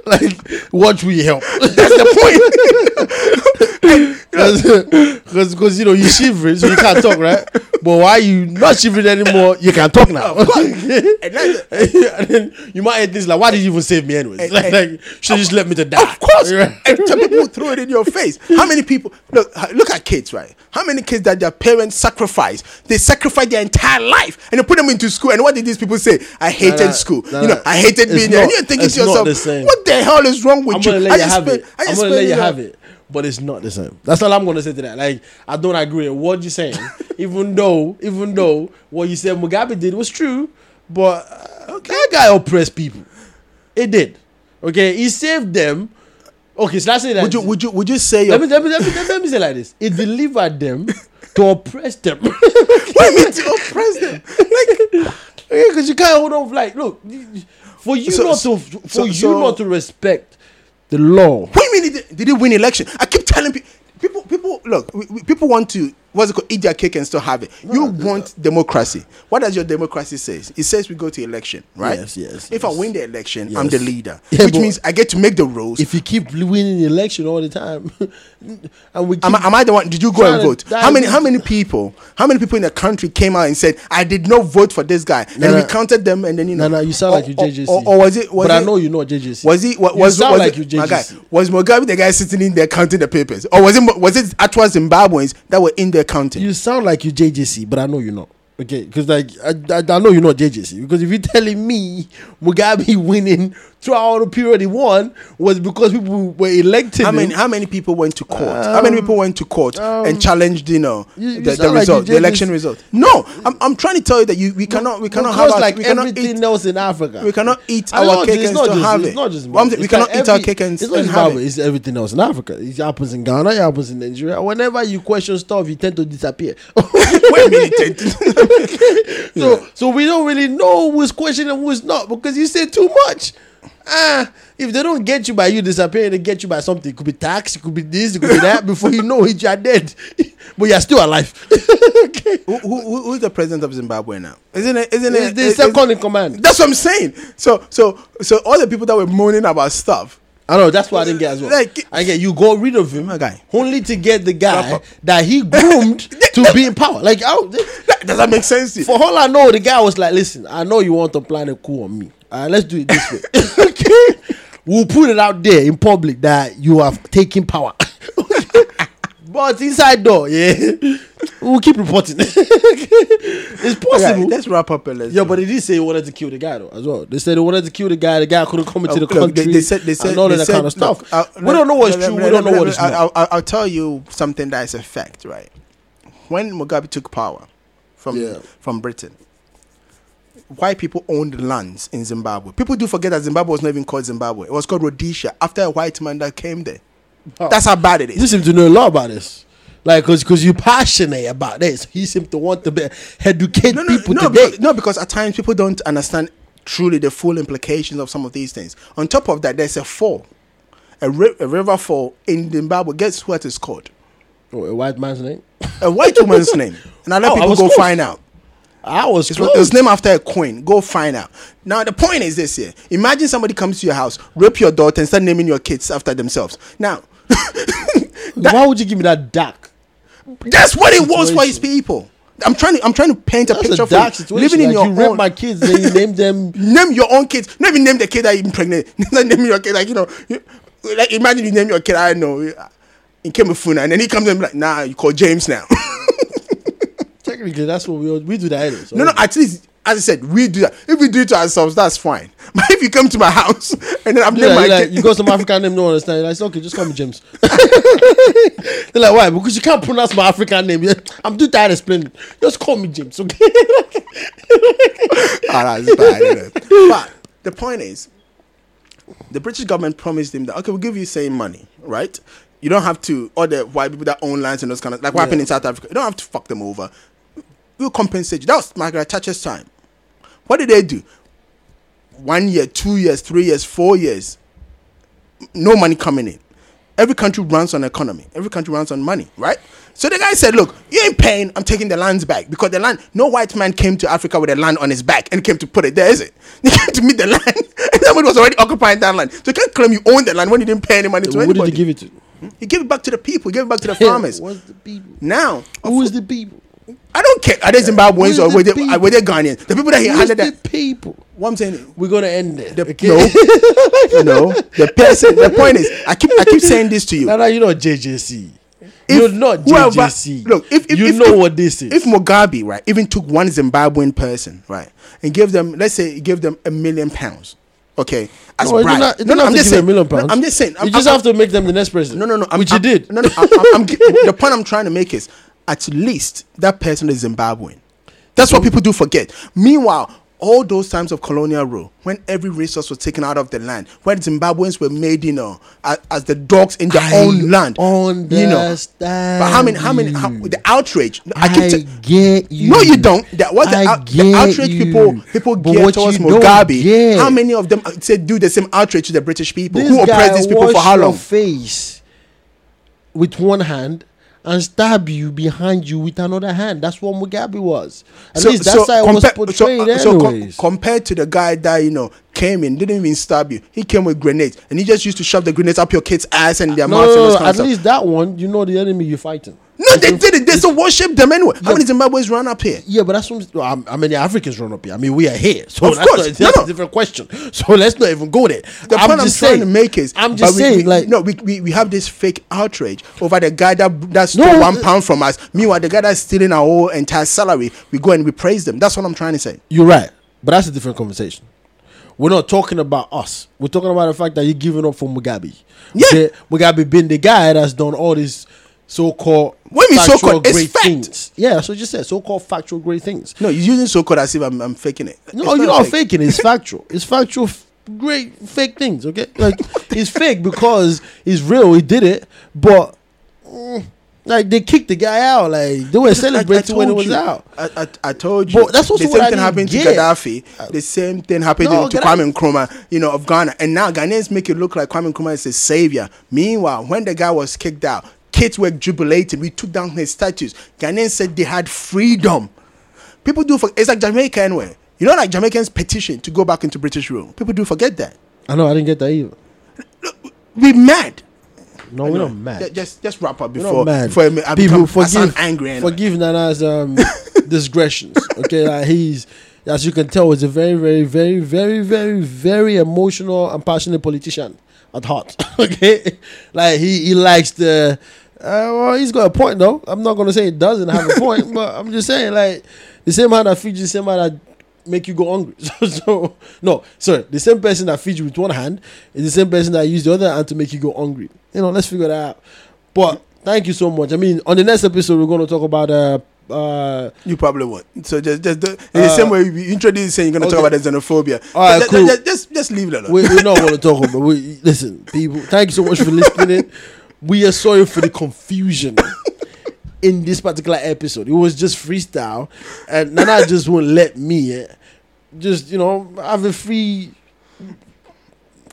like, what we help.
that's the point
Because, you know, you're shivering, so you can't talk, right? But while you not shivering anymore, you can talk now.
and that's the-
and then you might hear things like, why did you even save me anyways?
And-
like,
and-
like, should you just let me to die?
Of course,
Right?
and some people throw it in your face. How many people look? h- Look at kids, right? How many kids that their parents sacrifice? They sacrifice their entire life and they put them into school. And what did these people say? I hated
nah,
school.
nah,
you know,
nah.
I hated
It's
being there. And
not-
you're thinking
it's
to
not
yourself,
the same.
what the hell is wrong with
I'm
you?
gonna let
I
you
just
have
spent-
it.
I
I'm
just
gonna let
spent,
you
know,
have it. But it's not the same. That's all I'm gonna say to that. Like I don't agree with what you're saying, even though even though what you said Mugabe did was true, but uh, that guy oppressed people. It did. Okay, he saved them. Okay, so let's say that.
Would you would you would you say your
let, me, let, me, let, me, let me say it like this: It delivered them to oppress them.
Why you mean to oppress them?
because you can't hold on. Like, look, for you
So-
not to for
so-
you
so-
not to respect the law.
What do you mean? he Did, did he win election? I keep telling people. People, people, look. We, we- people want to what's it called? Eat their cake and still have it. you want democracy. What does your democracy says? It says we go to election, right?
Yes, yes,
If I
yes.
win the election, I'm the
Yes.
leader,
Yeah,
which
but-
means I get to make the rules.
if you keep winning the election all the time, and we keep,
am, I, am I the one? Did you go
Trying
and
to-
vote?
that
How
is
many?
it.
How many people? How many people in the country came out and said, "I did not vote for this guy," and
no.
we counted them, and then you know,
no, no, you sound
or-
like you JJC.
Or, or was it? Was
but
it-
I know you're not JJC.
Was he? wa-
You
Was,
sound
was
like
it,
you
my guy,
JJC.
was Mugabe the guy sitting in there counting the papers, or was it was it actual Zimbabweans that were in there counting?
You sound like you JJC, but I know you're not. Okay, because like I, I, I know you're not JJC. Because if you're telling me Mugabe winning throughout the period he won was because people were electing
how
him,
many how many people went to court? how many people went to court and challenged you know
Um, you- you
the, the
sound like
result,
you
the election
just-
result? No, I'm, I'm trying to tell you that you we cannot we cannot have
because
our,
like
we cannot
everything
eat
else in Africa.
we cannot eat
I know
our
it's-
cake
it's
and
not
still
just,
have
it's
it.
Not just
What I'm saying,
Zimbabwe.
we
It's
cannot
like
eat our
every-
cake and
It's not
still have
Zimbabwe.
it.
It's everything else in Africa. It happens in Ghana. It happens in Nigeria. Whenever you question stuff, you tend to disappear.
Wait a minute.
So so we don't really know who's questioning and who's not because you say too much. Ah, if they don't get you by you disappearing, they get you by something. It could be tax, it could be this, it could be that. Before you know it, you are dead, but you are still alive. okay.
who, who, who- who's the president of Zimbabwe now? Isn't it? Isn't
It's
it?
the
is-
second in command.
That's what I'm saying. So so so all the people that were moaning about stuff.
I know that's what I didn't get as well.
Like-
I get you got rid of him,
My guy.
only to get the guy that he groomed to be in power. Like, I,
Does that make sense to you?
for all I know, the guy was like, "Listen, I know you want to plan a coup on me. Uh, let's do it this way. okay, we'll put it out there in public that you have taken power." But inside door, yeah, we'll keep reporting. it's
Okay,
possible.
let's wrap up and let's.
Yeah, but they did say they wanted to kill the guy though as well. They said they wanted to kill the guy. The guy couldn't come into
Oh,
the
look,
country.
They, they said they said
and all
they
of that
said-
kind of stuff.
look, I'll-
we don't know what's
let-
true.
let-
we don't
let-
know
let-
what's not.
I'll, I'll, I'll tell you something that is a fact, right? When Mugabe took power from
Yeah.
from Britain, white people owned lands in Zimbabwe. People do forget that Zimbabwe was not even called Zimbabwe; it was called Rhodesia after a white man that came there.
Wow.
That's how bad it is.
you seem to know a lot about this. Like, cause, cause you're passionate about this. You seem to want to be, educate people
no,
today.
Because, no, because at times people don't understand truly the full implications of some of these things. On top of that, there's a fall, a, ri- a river fall in Zimbabwe. Guess what it's called?
Oh, a white man's name.
A white woman's name. And I let
Oh, I
people
was
go
close.
find out.
I was
It's, it's named after a queen. Go find out. Now, the point is this here. Imagine somebody comes to your house, rape your daughter, and start naming your kids after themselves. Now,
Why would you give me that dark?
that's what it was for
Situation.
his people. I'm trying to, I'm trying to paint a
That's
picture
a
for you.
dark situation.
Living in
Like,
your
you rape
own.
my kids, then you name them.
name your own kids. Not even name the kid that you impregnate. Not name your kid like you know. You, like imagine you name your kid. I don't know. In Kemafuna, and then he comes and be like, nah, you call James now.
Technically, that's what we all- we do that. Anyway, so
no, no. At least as I said, we do that. If we do it to ourselves, that's fine. But if you come to my house and then I'm
Yeah,
yeah, my
like,
kid-
you got some African name, no understand. Like, it's okay, just call me James. They're like, why? Because you can't pronounce my African name. I'm too tired explaining. Just call me James, okay?
Ah, that's bad, isn't it? But the point is, the British government promised him that okay, we'll give you same money, right? You don't have to all the white people that own lands and those kind of like what happened in South Africa. You don't have to fuck them over. We'll compensate you. That was Margaret Thatcher's time. What did they do? One year, two years, three years, four years, no money coming in. Every country runs on economy. Every country runs on money, right? So the guy said, "Look, you ain't paying. I'm taking the lands back because the land. No white man came to Africa with a land on his back and came to put it there, is it? He came to meet the land, and somebody was already occupying that land. So you can't claim you own the land when you didn't pay any money to
Who did
anybody.
you give it to?
He gave it back to the people. He gave it back to the farmers.
What's the people?
now,
Who is the people?
I don't care. Are they Zimbabweans
Who's
or
the
were they,
people?
were they Ghanaians? The people that he
Who is
handed that.
the people?
What I'm saying,
We're gonna end there.
the,
okay?
no, no. The person. The point is, I keep, I keep saying this to you.
Now, now you're not JJC.
If
you're not
whoever-
JJC.
look, if- if-
you
if-
know
if-
what this is.
if Mugabe, right, even took one Zimbabwean person, right, and give them, let's say, give them a million pounds, okay, as
no, you
bribe.
don't have- you don't have to give a million
no,
pounds.
I'm just saying. I'm,
you just
I'm-
have to make them the next president.
No, no, no. I'm,
which
I'm,
you did.
No, no. I'm, I'm, I'm, gi- the point I'm trying to make is, at least that person is Zimbabwean. That's what people do forget. Meanwhile. All those times of colonial rule, when every resource was taken out of the land, when Zimbabweans were made, you know, as, as the dogs in their own land, you know.
Understand.
But how many? How many? How, the outrage.
I,
I keep. t-
get you.
no, you don't. That was the,
I
out, the
get
outrage
you.
people people
But
give
what
towards
you don't
Mugabe.
get-
How many of them uh, said do the same outrage to the British people
This
who oppressed
guy
these people for
wash
how
your
long?
face with one hand and stab you behind you with another hand. That's what Mugabe was. At least that's how it was
compa- so,
portrayed.
uh, so com-
anyways.
compared to the guy that you know came in, didn't even stab you. He came with grenades, and he just used to shove the grenades up your kid's ass and their
no,
mouths. and
no,
those
no,
kind of
at
stuff.
least that one, you know the enemy you're fighting.
no, they did it. They still worship them anyway. How many Zimbabweans run up here?
Yeah, but that's what well, I'm- I mean. The Africans run up here. I mean, we are here, so
Of
that's,
course.
not,
No,
that's
no.
a different question. So let's not even go there.
The
I'm
point I'm
just
trying
saying,
to make is
I'm just
but we-
saying,
we-
like,
no, we, we, we have this fake outrage over the guy that that stole
No,
one
uh,
pound from us. Meanwhile, the guy that's stealing our whole entire salary, we go and we praise them. That's what I'm trying to say.
you're right, but that's a different conversation. We're not talking about us. We're talking about the fact that you're giving up for Mugabe.
Yeah.
The- Mugabe been the guy that's done all these so-called
What do you mean
factual
so-called? It's
great
fact.
things. Yeah, so just said so-called factual great things.
No, you're using so called as if I'm, I'm faking it. It's
No, you're
a
not
fake.
faking. It's factual. It's factual. F- great fake things. Okay, like it's fake because it's real. He did it, but mm, like they kicked the guy out. Like they were
I- I
celebrating when it
told
was
you.
out.
I, I, I told you.
But that's also
the same
what I
thing
didn't
happened to
get. Uh,
Gaddafi. The same thing happened
No,
to
Gaddafi-
Kwame Nkrumah, you know, of Ghana. And now Ghanaians make it look like Kwame Nkrumah is a savior. Meanwhile, when the guy was kicked out, kids were jubilating. We took down his statues. Ghanaians said they had freedom. People do. For, it's like Jamaica anyway. You know, like Jamaicans petition to go back into British rule. People do forget that.
I know. I didn't get that either.
We mad.
No, we're
No,
not mad.
ju- Just, just wrap up
We're not
before,
mad.
before I ma- I
people
become I
forgive
sound angry. anyway.
forgive Nana's um, digressions. Okay, like he's as you can tell, is a very, very, very, very, very, very emotional and passionate politician at heart. okay, like he he likes the. Uh, well, he's got a point though. I'm not gonna say it doesn't have a point, but I'm just saying like the same hand that feeds you, the same hand that make you go hungry. So, so no, sorry, the same person that feeds you with one hand is the same person that use the other hand to make you go hungry. You know, let's figure that out. But thank you so much. I mean, on the next episode, we're going to talk about uh, uh,
You probably won't. So just, just do, in the
Uh,
same way you introduced saying you're gonna
okay.
talk about the xenophobia.
All right,
just,
cool.
just, just, just leave it alone.
we, we're not going to talk about. We, listen, people, thank you so much for listening. We are sorry for the confusion in this particular episode. It was just freestyle, and Nana just won't let me eh, just you know have a free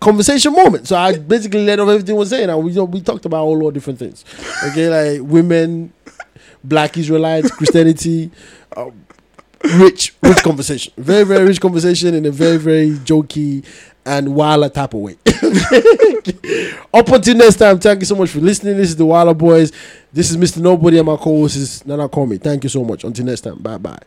conversation moment. So I basically let off everything was saying, and we we talked about all lot different things. Okay, like women, black Israelites, Christianity. Um, rich, rich conversation. Very, very rich conversation in a very, very jokey and wilder type of way. Up until next time, thank you so much for listening. This is the Wilder Boys. This is Mr. Nobody, and my co host is Nana Komi. Thank you so much. Until next time, bye bye.